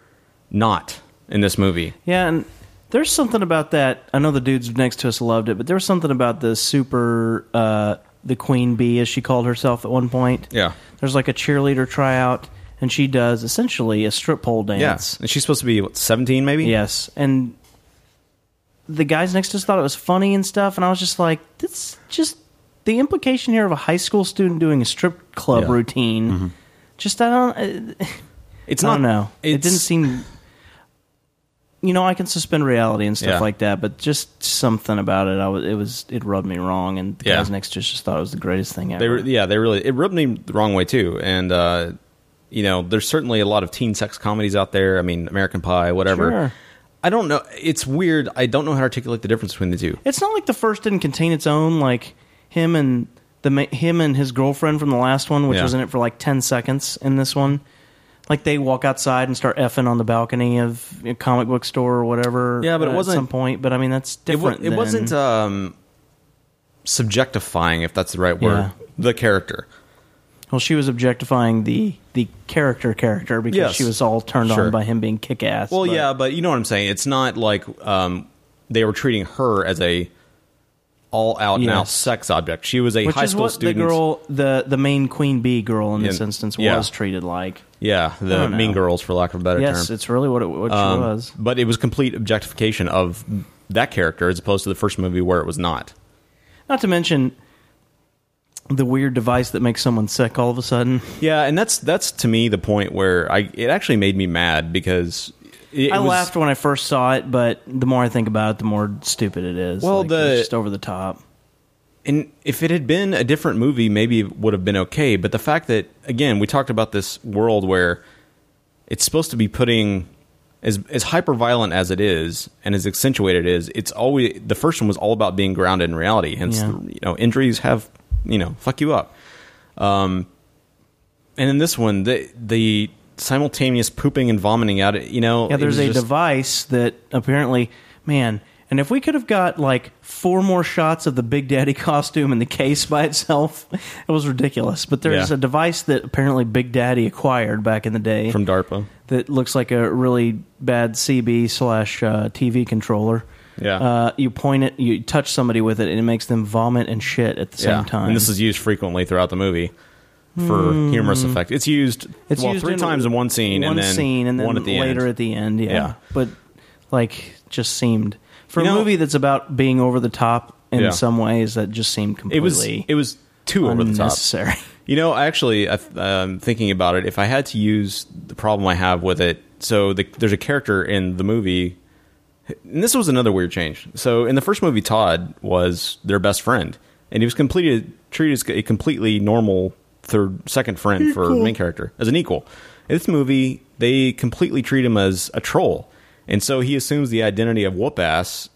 not in this movie.
Yeah, and there's something about that. I know the dudes next to us loved it, but there was something about the super, uh, the queen bee, as she called herself at one point.
Yeah.
There's like a cheerleader tryout, and she does essentially a strip pole dance.
Yeah. And she's supposed to be what, 17 maybe?
Yes. And the guys next to us thought it was funny and stuff, and I was just like, "This just the implication here of a high school student doing a strip club
Yeah. Mm-hmm.
routine." Just I don't. Uh,
it's
I don't
not-
know. It didn't
it's-
seem. You know, I can suspend reality and stuff
Yeah.
like that, but just something about it, I was, it was it rubbed me wrong, and the
Yeah.
guys next to us just thought it was the greatest thing ever.
They were, yeah, they really it rubbed me the wrong way too. And uh, you know, there's certainly a lot of teen sex comedies out there. I mean, American Pie, whatever.
Sure.
I don't know. It's weird. I don't know how to articulate the difference between the two.
It's not like the first didn't contain its own. Like him and the the ma- him and his girlfriend from the last one, which
Yeah.
was in it for like ten seconds in this one. Like they walk outside and start effing on the balcony of a comic book store or whatever.
Yeah, but it
uh,
wasn't-
at some point. But I mean, that's
It, wa-
different.
it
than-
wasn't um, subjectifying, if that's the right word.
Yeah.
The character.
Well, she was objectifying the the character character because
Yes.
she was all turned
Sure.
on by him being kick ass.
Well, yeah, but you know what I'm saying. It's not like um, they were treating her as a all out and out
Yes.
sex object. She was a
which
high
is
school
what
student.
the girl, the the main queen bee girl in this
And-
instance,
yeah.
was treated like.
Yeah,
I
the
don't know.
Mean Girls, for lack of a better term.
yes, it's really what it what she
Um,
was.
But it was complete objectification of that character as opposed to the first movie where it was not.
Not to mention the weird device that makes someone sick all of a sudden.
Yeah, and that's that's to me the point where I it actually made me mad because it, it
I
was,
laughed when I first saw it, but the more I think about it, the more stupid it is.
Well,
Like,
the-
it's just over the top.
And if it had been a different movie, maybe it would have been okay. But the fact that again, we talked about this world where it's supposed to be putting as as hyper violent as it is and as accentuated it is, it's always the first one was all about being grounded in reality. Hence,
Yeah.
you know, injuries have you know fuck you up. Um, and in this one, the the simultaneous pooping and vomiting out, you know,
Yeah,
it
there's
was
a
just-
device that apparently, man. And if we could have got like four more shots of the Big Daddy costume and the case by itself, it was ridiculous. But there's
Yeah.
a device that apparently Big Daddy acquired back in the day
from DARPA
that looks like a really bad CB slash uh, TV controller.
Yeah.
uh, you point it, you touch somebody with it, and it makes them vomit and shit at the same time.
And this is used frequently throughout the movie for
Hmm.
humorous effect. It's used
It's
well
used
three
in
times in one scene,
one
and then
scene, and then
one at the
later
end.
at the end. Yeah.
Yeah.
but like just seemed for
You
a
know-
movie that's about being over the top in
Yeah.
some ways that just seemed
It was
completely.
it was too over the top.
unnecessary.
You know, I actually, I th- um, thinking about it, if I had to use the problem I have with it, so the, there's a character in the movie, and this was another weird change. So in the first movie, Todd was their best friend, and he was completed treated as a completely normal third second friend for
Equal.
main character as an equal. In this movie, they completely treat him as a troll, and so he assumes the identity of whoop ass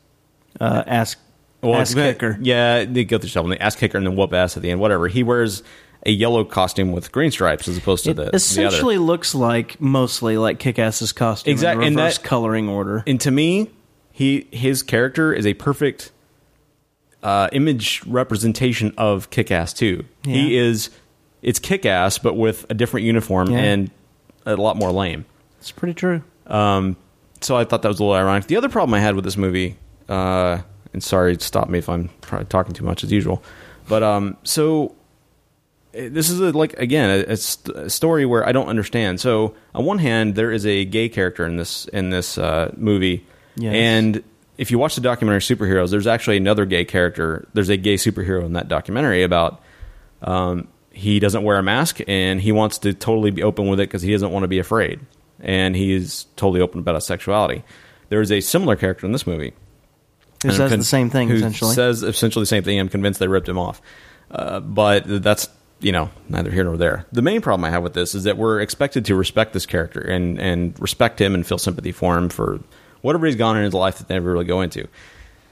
uh, ass, ass
kicker. Yeah, they go through several. The ass kicker and then whoop ass at the end. Whatever. He wears a yellow costume with green stripes as opposed to the the
essentially
other.
looks like mostly like Kick-Ass's costume
Exact-
in
and
reverse
that-
coloring order.
And to me, he his character is a perfect uh, image representation of Kick Ass too. He is it's Kick Ass, but with a different uniform
Yeah.
and a lot more lame.
It's pretty true.
Um, so I thought that was a little ironic. The other problem I had with this movie, uh, and sorry, stop me if I'm probably talking too much as usual, but um, so eh, this is a, like again a- a, st- a story where I don't understand. So on one hand, there is a gay character in this in this uh, movie,
Yes.
and if you watch the documentary Superheroes, there's actually another gay character. There's a gay superhero in that documentary about. Um, he doesn't wear a mask and he wants to totally be open with it because he doesn't want to be afraid. And he is totally open about his sexuality. There is a similar character in this movie
Who
and I'm
says
con-
the same thing,
who
essentially.
Says essentially the same thing. I'm convinced they ripped him off, uh, but that's you know neither here nor there. The main problem I have with this is that we're expected to respect this character and and respect him and feel sympathy for him for whatever he's gone in his life that they never really go into.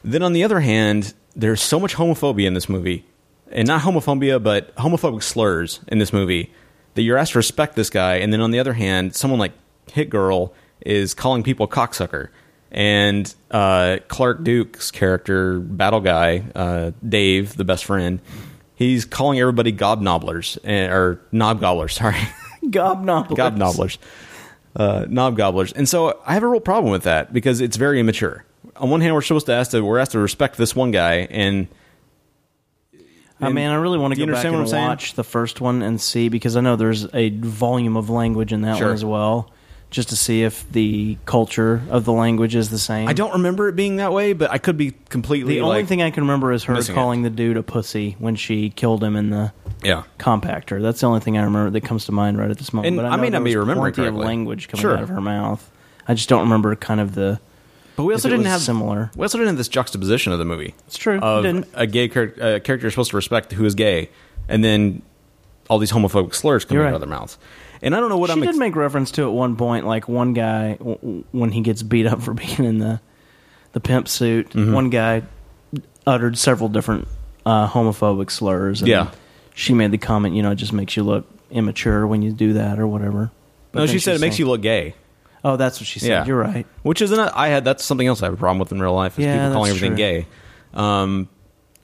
Then on the other hand, there's so much homophobia in this movie, and not homophobia, but homophobic slurs in this movie that you're asked to respect this guy. And then on the other hand, someone like Hit Girl is calling people cocksucker. And uh, Clark Duke's character, Battle Guy, uh, Dave, the best friend, he's calling everybody gobnobblers, eh, or knobgobblers, sorry.
Gobnobblers.
Gobnobblers. Uh, knobgobblers. And so I have a real problem with that because it's very immature. On one hand, we're supposed to ask to, we're asked to respect this one guy, and
I
And-
mean, I really want
Do
to
you
go back
understand what
and
I'm saying?
watch the first one and see because I know there's a volume of language in that
Sure.
one as well, just to see if the culture of the language is the same.
I don't remember it being that way, but I could be completely.
The only
like,
thing I can remember is her
missing it.
calling the dude a pussy when she killed him in the
Yeah.
compactor. That's the only thing I remember that comes to mind right at this moment.
And
but I,
I
know
may not
there
be
was
remembering
plenty
correctly.
of language coming
Sure.
out of her mouth. I just don't remember kind of the.
But we
if
also
it
didn't
was
have
similar.
We also didn't have this juxtaposition of the movie. It's
true. we
Of
didn't.
a gay char- uh, character is supposed to respect who is gay, and then all these homophobic slurs come
You're
out
right.
of their mouths. And I don't know what
she
I'm.
did
ex-
make reference to at one point, like one guy w- w- when he gets beat up for being in the the pimp suit.
Mm-hmm.
One guy uttered several different uh, homophobic slurs. And
Yeah.
she made the comment, you know, it just makes you look immature when you do that or whatever. But
no,
then
she said
she's
it makes
saying-
you look gay.
Oh, that's what she said. You're right.
Which is not I had that's something else I have a problem with in real life is
Yeah,
people calling
that's
everything gay. Um,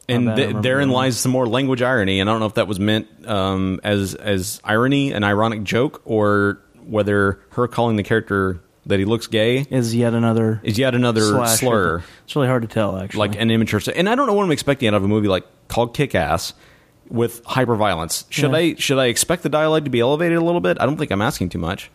and
bad, I
th-
remember
therein
that.
lies some more language irony. And I don't know if that was meant um, as as irony, an ironic joke, or whether her calling the character that he looks gay
is yet another
is yet another
Slash.
slur.
It's really hard to tell, actually.
like an immature. st- And I don't know what I'm expecting out of a movie like called Kick Ass with hyper violence. Should
Yeah.
I should I expect the dialogue to be elevated a little bit? I don't think I'm asking too much.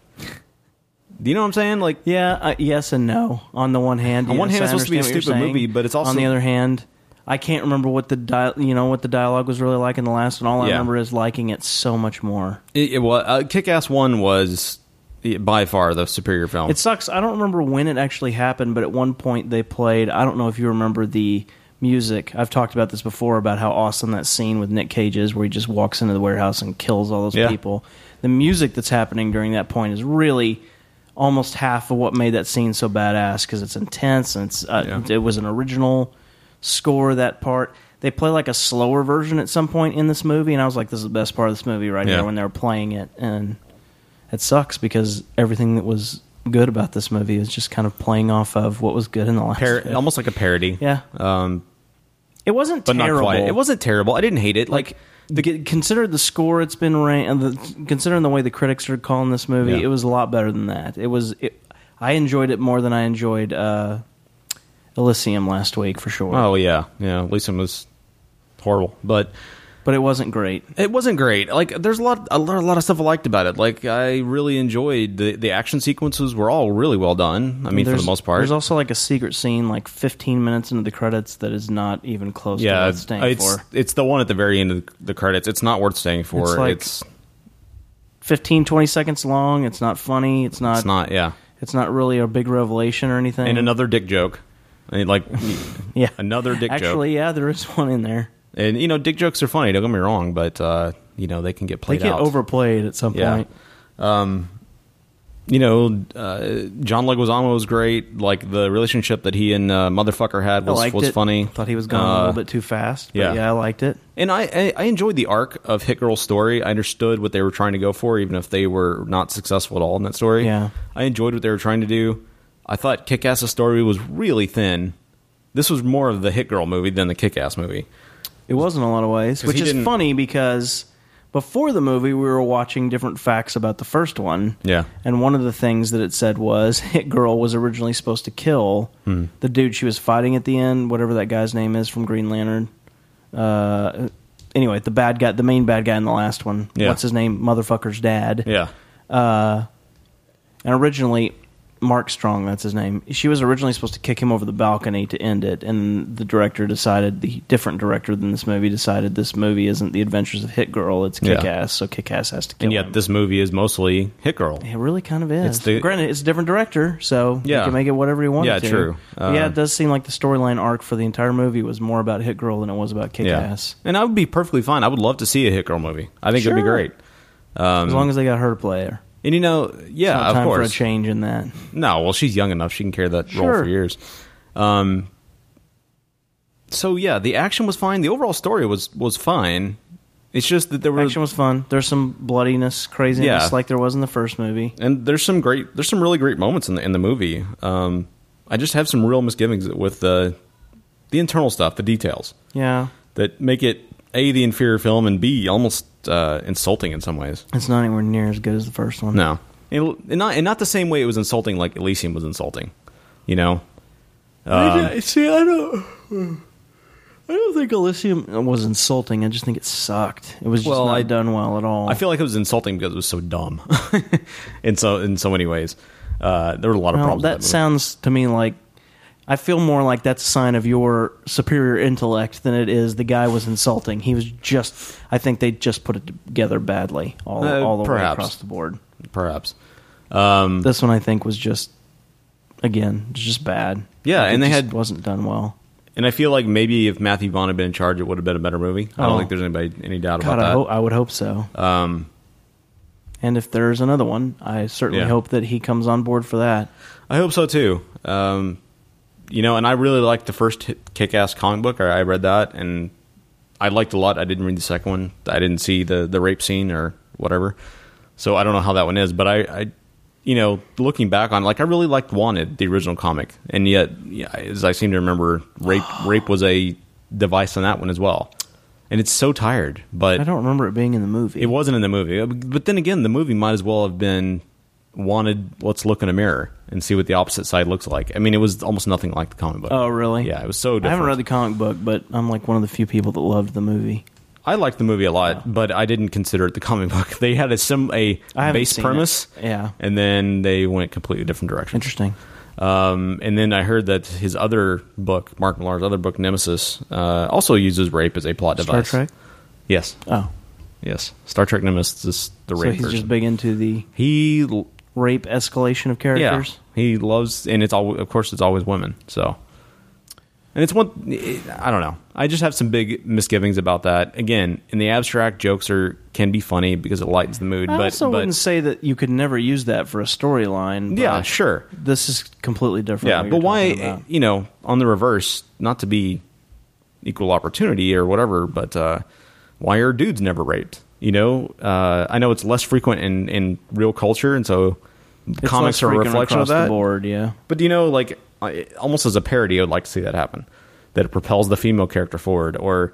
Do you know what I'm saying? Like,
yeah, uh, yes and no. On the one hand,
On one
yes,
hand,
I
it's supposed to be a
understand what you're
stupid
saying.
movie, but it's also-
on the other hand, I can't remember what the dia- you know what the dialogue was really like in the last one. All I
Yeah.
remember is liking it so much more.
It, it was uh, Kick Ass One was eh, by far the superior film.
It sucks. I don't remember when it actually happened, but at one point they played. I don't know if you remember the music. I've talked about this before about how awesome that scene with Nick Cage is, where he just walks into the warehouse and kills all those
Yeah.
people. The music that's happening during that point is really almost half of what made that scene so badass because it's intense and it's, uh, it was an original score. That part they play like a slower version at some point in this movie, and I was like, "This is the best part of this movie right
Yeah.
here." When they were playing it, and it sucks because everything that was good about this movie is just kind of playing off of what was good in the last.
Par-
film.
almost like a parody.
Yeah.
um,
it wasn't
but
terrible.
not quite. It wasn't terrible. I didn't hate it. Like,
the, consider the score it's been ranked, and the, considering the way the critics are calling this movie,
Yeah.
it was a lot better than that. It was. It, I enjoyed it more than I enjoyed uh, Elysium last week for sure.
oh yeah, yeah. Leeson was horrible, but
but it wasn't great.
It wasn't great. Like, there's a lot, a lot, a lot of stuff I liked about it. Like, I really enjoyed the the action sequences were all really well done. I mean, for
There's-
the most part,
there's also like a secret scene like 15 minutes into the credits that is not even close to
yeah,
what
it's
it's staying
it's,
for.
it's the one at the very end of the- the credits. It's not worth staying for.
It's like- 15 20 seconds long. It's not funny. It's not.
it's not. Yeah,
It's not really a big revelation or anything.
and another dick joke. I mean, like,
yeah,
another dick joke.
Actually, yeah, there is one in there.
And you know, dick jokes are funny. Don't get me wrong, but uh, you know they can get played
they get
out.
overplayed at some
yeah.
point.
Um, you know, uh, John Leguizamo was great. Like the relationship that he and uh, motherfucker had
I
was
liked
was
it.
funny.
Thought he was going a
Uh,
little bit too fast. But yeah,
yeah.
I liked it.
And I, I I enjoyed the arc of Hit Girl's story. I understood what they were trying to go for, even if they were not successful at all in that story.
Yeah.
I enjoyed what they were trying to do. I thought Kick Ass's story was really thin. This was more of the Hit Girl movie than the Kick Ass movie.
It was in a lot of ways,
'Cause
which
he
is
didn't-
funny because before the movie, we were watching different facts about the first one.
Yeah.
And one of the things that it said was Hit Girl was originally supposed to kill
Hmm.
the dude she was fighting at the end, whatever that guy's name is from Green Lantern. Uh, anyway, the bad guy, the main bad guy in the last one.
Yeah.
What's his name? Motherfucker's dad.
Yeah.
Uh, and originally, Mark Strong, that's his name, she was originally supposed to kick him over the balcony to end it. And the director decided, the different director than this movie decided this movie isn't The Adventures of Hit Girl, it's
Yeah.
Kick Ass. So Kick Ass has to kill
And yet, this movie is mostly Hit Girl.
it really kind of is.
It's the-
Granted, it's a different director, so
Yeah.
he can make it whatever he wants
Yeah,
to.
true.
But yeah,
Uh,
it does seem like the storyline arc for the entire movie was more about Hit Girl than it was about Kick Ass.
And I would be perfectly fine. I would love to see a Hit Girl movie. I think it'd be
Sure.
great. Um,
As long as they got her to play her.
and you know, yeah,
It's not
of
time
course.
for a change in that.
No, well, she's young enough; she can carry that role
Sure.
for years. Um, so yeah, the action was fine. The overall story was was fine. It's just that there were
Action was fun. There's some bloodiness, craziness,
Yeah.
like there was in the first movie.
and there's some great there's some really great moments in the in the movie. Um, I just have some real misgivings with the the internal stuff, the details
Yeah,
that make it a the inferior film and b almost uh, insulting in some ways.
it's not anywhere near as good as the first one.
No, and, and not and not the same way it was insulting like Elysium was insulting. You know. Um,
see, I don't. I don't think Elysium was insulting. I just think it sucked. It was just
Well,
not
I-
done well at all.
I feel like it was insulting because it was so dumb, in so in so many ways. Uh, there were a lot of
Well,
problems.
that
with movie.
sounds to me like I feel more like that's a sign of your superior intellect than it is the guy was insulting. He was just. I think they just put it together badly all
Uh,
all the way
perhaps.
across the board.
perhaps. Um,
This one I think was just again just bad.
Yeah,
It
and they
just
had-
wasn't done well.
and I feel like maybe if Matthew Vaughn had been in charge, it would have been a better movie. I
Oh.
don't think there's anybody any doubt
God,
about
I,
that.
hope, I would hope so.
um,
And if there's another one, I certainly
Yeah.
hope that he comes on board for that.
I hope so too. Um, you know, and I really liked the first Kick Ass comic book. I I read that, and I liked a lot. I didn't read the second one. I didn't see the the rape scene or whatever. So I don't know how that one is, but I, I you know, looking back on, like I really liked Wanted, the original comic, and yet, yeah, as I seem to remember, rape rape was a device on that one as well. And it's so tired, but
I don't remember it being in the movie.
It wasn't in the movie, Uh, but then again, the movie might as well have been Wanted. Let's look in a mirror and see what the opposite side looks like. I mean, it was almost nothing like the comic book.
Oh, really?
Yeah, it was so.
I
different.
haven't read the comic book, but I'm like one of the few people that loved the movie.
I liked the movie a lot, but I didn't consider it the comic book. They had a sim a
I haven't
base
seen
premise,
it. Yeah.
and then they went completely different direction.
Interesting.
Um, and then I heard that his other book, Mark Millar's other book, Nemesis, uh, also uses rape as a plot
Star
device.
Trek?
Yes.
Oh.
Yes. Star Trek Nemesis is the
so
rape
he's
version.
just big into the
he
rape escalation of characters.
Yeah, he loves, and it's all of course it's always women. So, and it's one. I don't know. I just have some big misgivings about that. Again, in the abstract, jokes are can be funny because it lightens the mood.
I
but
also
but
wouldn't say that you could never use that for a storyline. but
yeah, sure.
This is completely different.
Yeah,
what
but
you're talking
why?
about.
You know, on the reverse, not to be equal opportunity or whatever, but uh, why are dudes never raped? You know, uh, I know it's less frequent in in real culture, and so
It's
comics
less
are a
frequent
reflection
across
of that.
The board, yeah.
But do you know, like I, almost as a parody, I would like to see that happen. That it propels the female character forward, or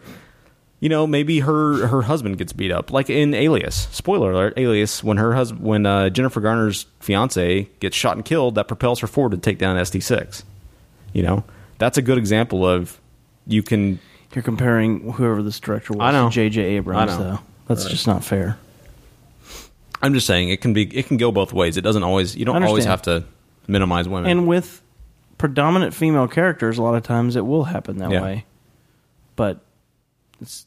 you know, maybe her her husband gets beat up, like in Alias. Spoiler alert: Alias, when her husband, when uh, Jennifer Garner's fiance gets shot and killed, that propels her forward to take down SD6. You know, that's a good example of you can.
You're comparing whoever this director was
I know
to J.J. Abrams,
I know.
though. That's
Right.
just not fair.
I'm just saying it can be it can go both ways. It doesn't always you don't
I
always have
understand.
to minimize women.
And with predominant female characters, a lot of times it will happen that
Yeah.
way. But it's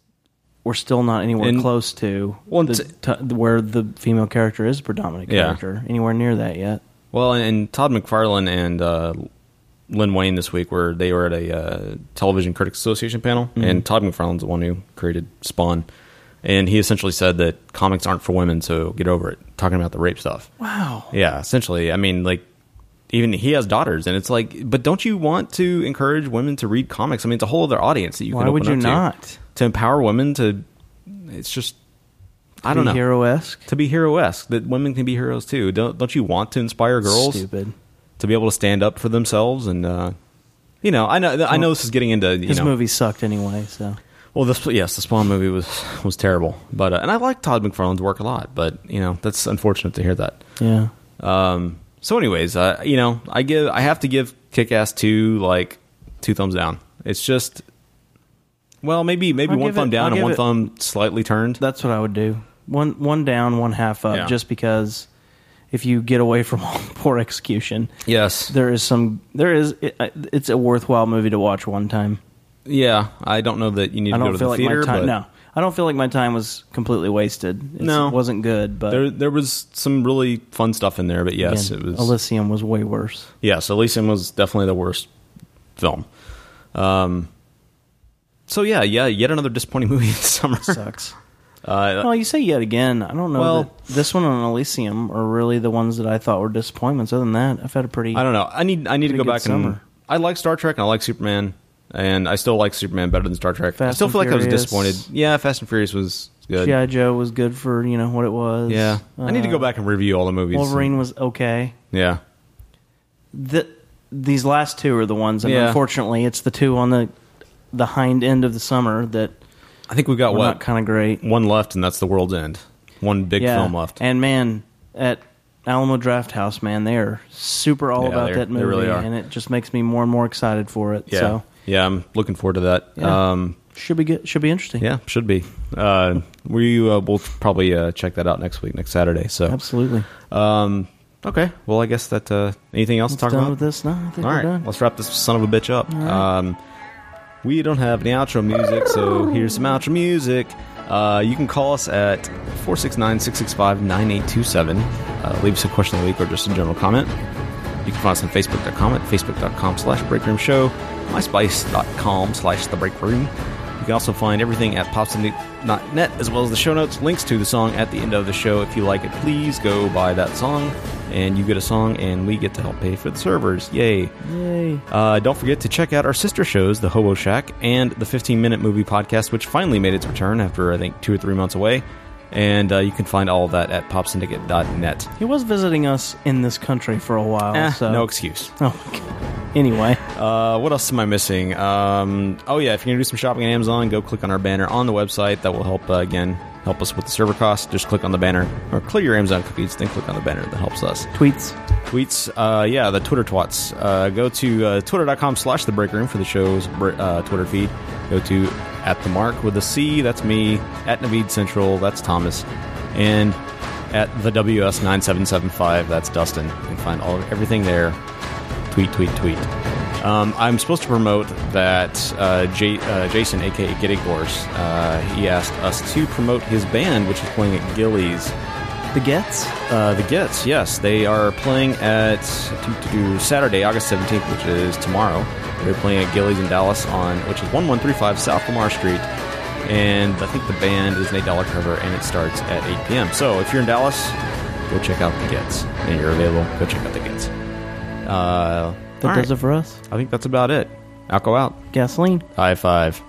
we're still not anywhere
And-
close to
Well,
the,
it's-
t- where the female character is predominant
Yeah.
character. Anywhere near that yet?
Well, and, and Todd McFarlane and uh, Lynn Wayne this week were they were at a uh, Television Critics Association panel,
Mhm.
and Todd McFarlane's the one who created Spawn, and he essentially said that comics aren't for women, so get over it. Talking about the rape stuff.
Wow.
Yeah, essentially. I mean, like even he has daughters, and it's like, but don't you want to encourage women to read comics? I mean, it's a whole other audience that you
Why
can.
would
open
you
up to.
not?
to empower women to? It's just I
To
don't
be
know
hero-esque?
to be hero esque that women can be heroes too. Don't don't you want to inspire girls?
Stupid.
to be able to stand up for themselves and uh, you know I know I know this is getting into you
His
know,
movie sucked anyway, so
Well, this yes, the Spawn movie was was terrible, but uh, and I like Todd McFarlane's work a lot, but you know that's unfortunate to hear that.
yeah.
Um, so, anyways, uh, you know, I give I have to give Kick Ass two like two thumbs down. It's just well, maybe maybe
I'll
one
give
thumb
it-
down
I'll
and
give
one
it-
thumb slightly turned.
That's what I would do. One one down, one half up,
Yeah.
just because if you get away from all poor execution,
Yes.
there is some there is it, it's a worthwhile movie to watch one time.
Yeah, I don't know that you need
I
to go
don't
to
feel
the
like
theater.
my time.
but
No, I don't feel like my time was completely wasted. It's-
No.
it wasn't good. But
there there was some really fun stuff in there, but yes,
again,
it was
Elysium was way worse.
Yes, Elysium was definitely the worst film. Um, so yeah, yeah, yet another disappointing movie in the summer.
Sucks.
Uh,
Well, you say yet again. I don't know.
Well-
that this one and Elysium are really the ones that I thought were disappointments. Other than that, I've had a pretty.
I don't know. I need I need to go
Pretty good
back and
summer.
I like Star Trek and I like Superman and I still like Superman better than Star Trek. I
Fast
still
and
feel like I was
Furious.
disappointed. Yeah, Fast and Furious was good.
GI Joe was good for you know what it was.
Yeah, I need to
Uh,
go back and review all the movies.
Wolverine was okay.
Yeah,
The, these last two are the ones, and
Yeah.
unfortunately, it's the two on the the hind end of the summer that
I think we've got
We're
what
not kind of great
one left, and that's The World's End. One big
yeah.
film left.
And man, at Alamo Draft House, man, they are super all
Yeah,
about
they're-
that
they
movie,
really are.
and it just makes me more and more excited for it.
Yeah,
So
yeah, I'm looking forward to that.
Yeah.
Um,
should be good. Should be interesting.
Yeah, should be. Uh, we uh, will probably uh, check that out next week, next Saturday. So
absolutely.
Um, okay. Well, I guess that. Uh, anything else to talk
done
about?
with this? No, I think
All
we're
right,
done.
let's wrap this son of a bitch up.
All right.
Um, we don't have any outro music, so here's some outro music. Uh, you can call us at 469 665 9827. Uh, Leave us a question of the week or just a general comment. You can find us on Facebook.com at facebook.com slash breakroom show, myspace.com slash the break room, You can also find everything at popsyndic.net as well as the show notes, links to the song at the end of the show. If you like it, please go buy that song, and you get a song, and we get to help pay for the servers. Yay!
Yay.
Uh, don't forget to check out our sister shows, The Hobo Shack and the 15 Minute Movie Podcast, which finally made its return after, I think, two or three months away. And uh, you can find all of that at popsyndicate.net.
He was visiting us in this country for a while,
Eh,
so
No excuse.
Oh, my God. anyway,
Uh, what else am I missing? Um, oh yeah, if you're gonna do some shopping on Amazon, go click on our banner on the website. That will help uh, again help us with the server costs. Just click on the banner or clear your Amazon cookies, then click on the banner. That helps us.
Tweets,
tweets. Uh, yeah, the Twitter twats. Uh, go to uh, twitter.com/slash the break room for the show's br- uh, Twitter feed. Go to at the mark with a C. That's me. At Navid Central. That's Thomas. And at the WS nine seven seven five. That's Dustin. You can find all everything there tweet, tweet, tweet. Um, I'm supposed to promote that uh, J- uh, Jason, aka Giddy Gorse, uh, he asked us to promote his band, which is playing at Gillies.
The Gets?
Uh, the Gets, yes. They are playing at to, to do Saturday, August 17th, which is tomorrow. They're playing at Gillies in Dallas on, which is 1135 South Lamar Street. And I think the band is Nate Dollar cover, and it starts at 8 p.m. So if you're in Dallas, go check out The Gets. And you're available, go check out The Gets. Uh,
that
all
does
right.
it for us.
I think that's about it. Alco out.
Gasoline.
High five.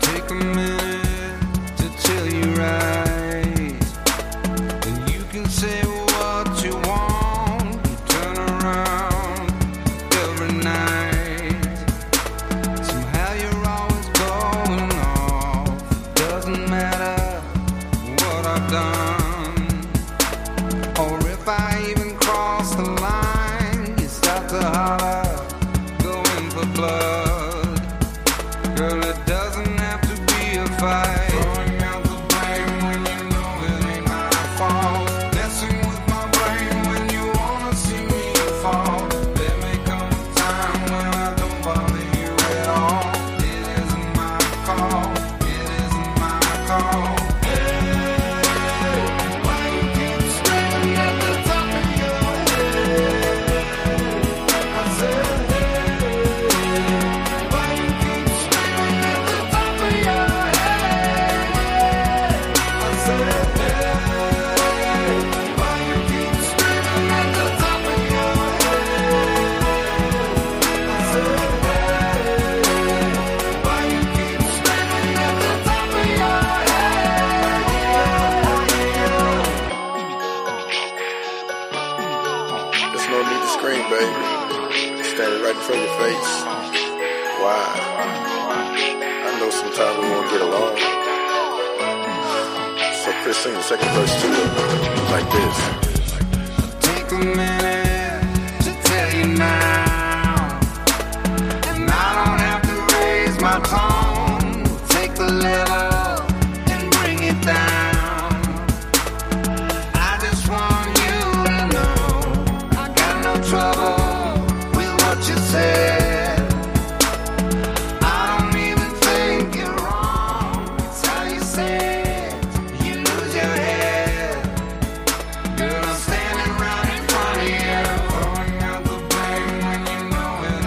Take a minute to tell you right. And you can say what you want. You turn around every night. Somehow you're always going off. Doesn't matter what I've done. Or if I even cross the line, you start to holler, going for blood. Girl, it doesn't have to be a fight. Throwing out the blame when you know it ain't my fault. Messing with my brain when you wanna see me fall. There may come a time when I don't bother you at all. It isn't my call. It isn't my call. Hey, why you keep screaming at the top of your head? I said, hey. Why you keep screaming at the top of your head? I said, hey. Why you keep screaming at the top of your head? I said, hey. Why you keep screaming at the top of your head?
There's no need to scream, baby. It's Standing right in front of your face. Why? I know sometimes we won't get along. So Chris sing the second verse to it like this.
Take a minute to tell you now, and I don't have to raise my tone. Take the letter and bring it down. I just want you to know I got no trouble with what you said. I don't even think you're wrong. It's how you say it. You lose your head. Girl, I'm standing right in front of you. Throwing out the blame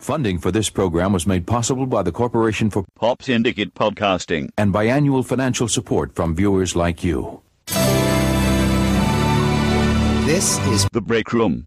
Funding for this program was made possible by the Corporation for Pop Syndicate Podcasting and by annual financial support from viewers like you.
This is The Break Room.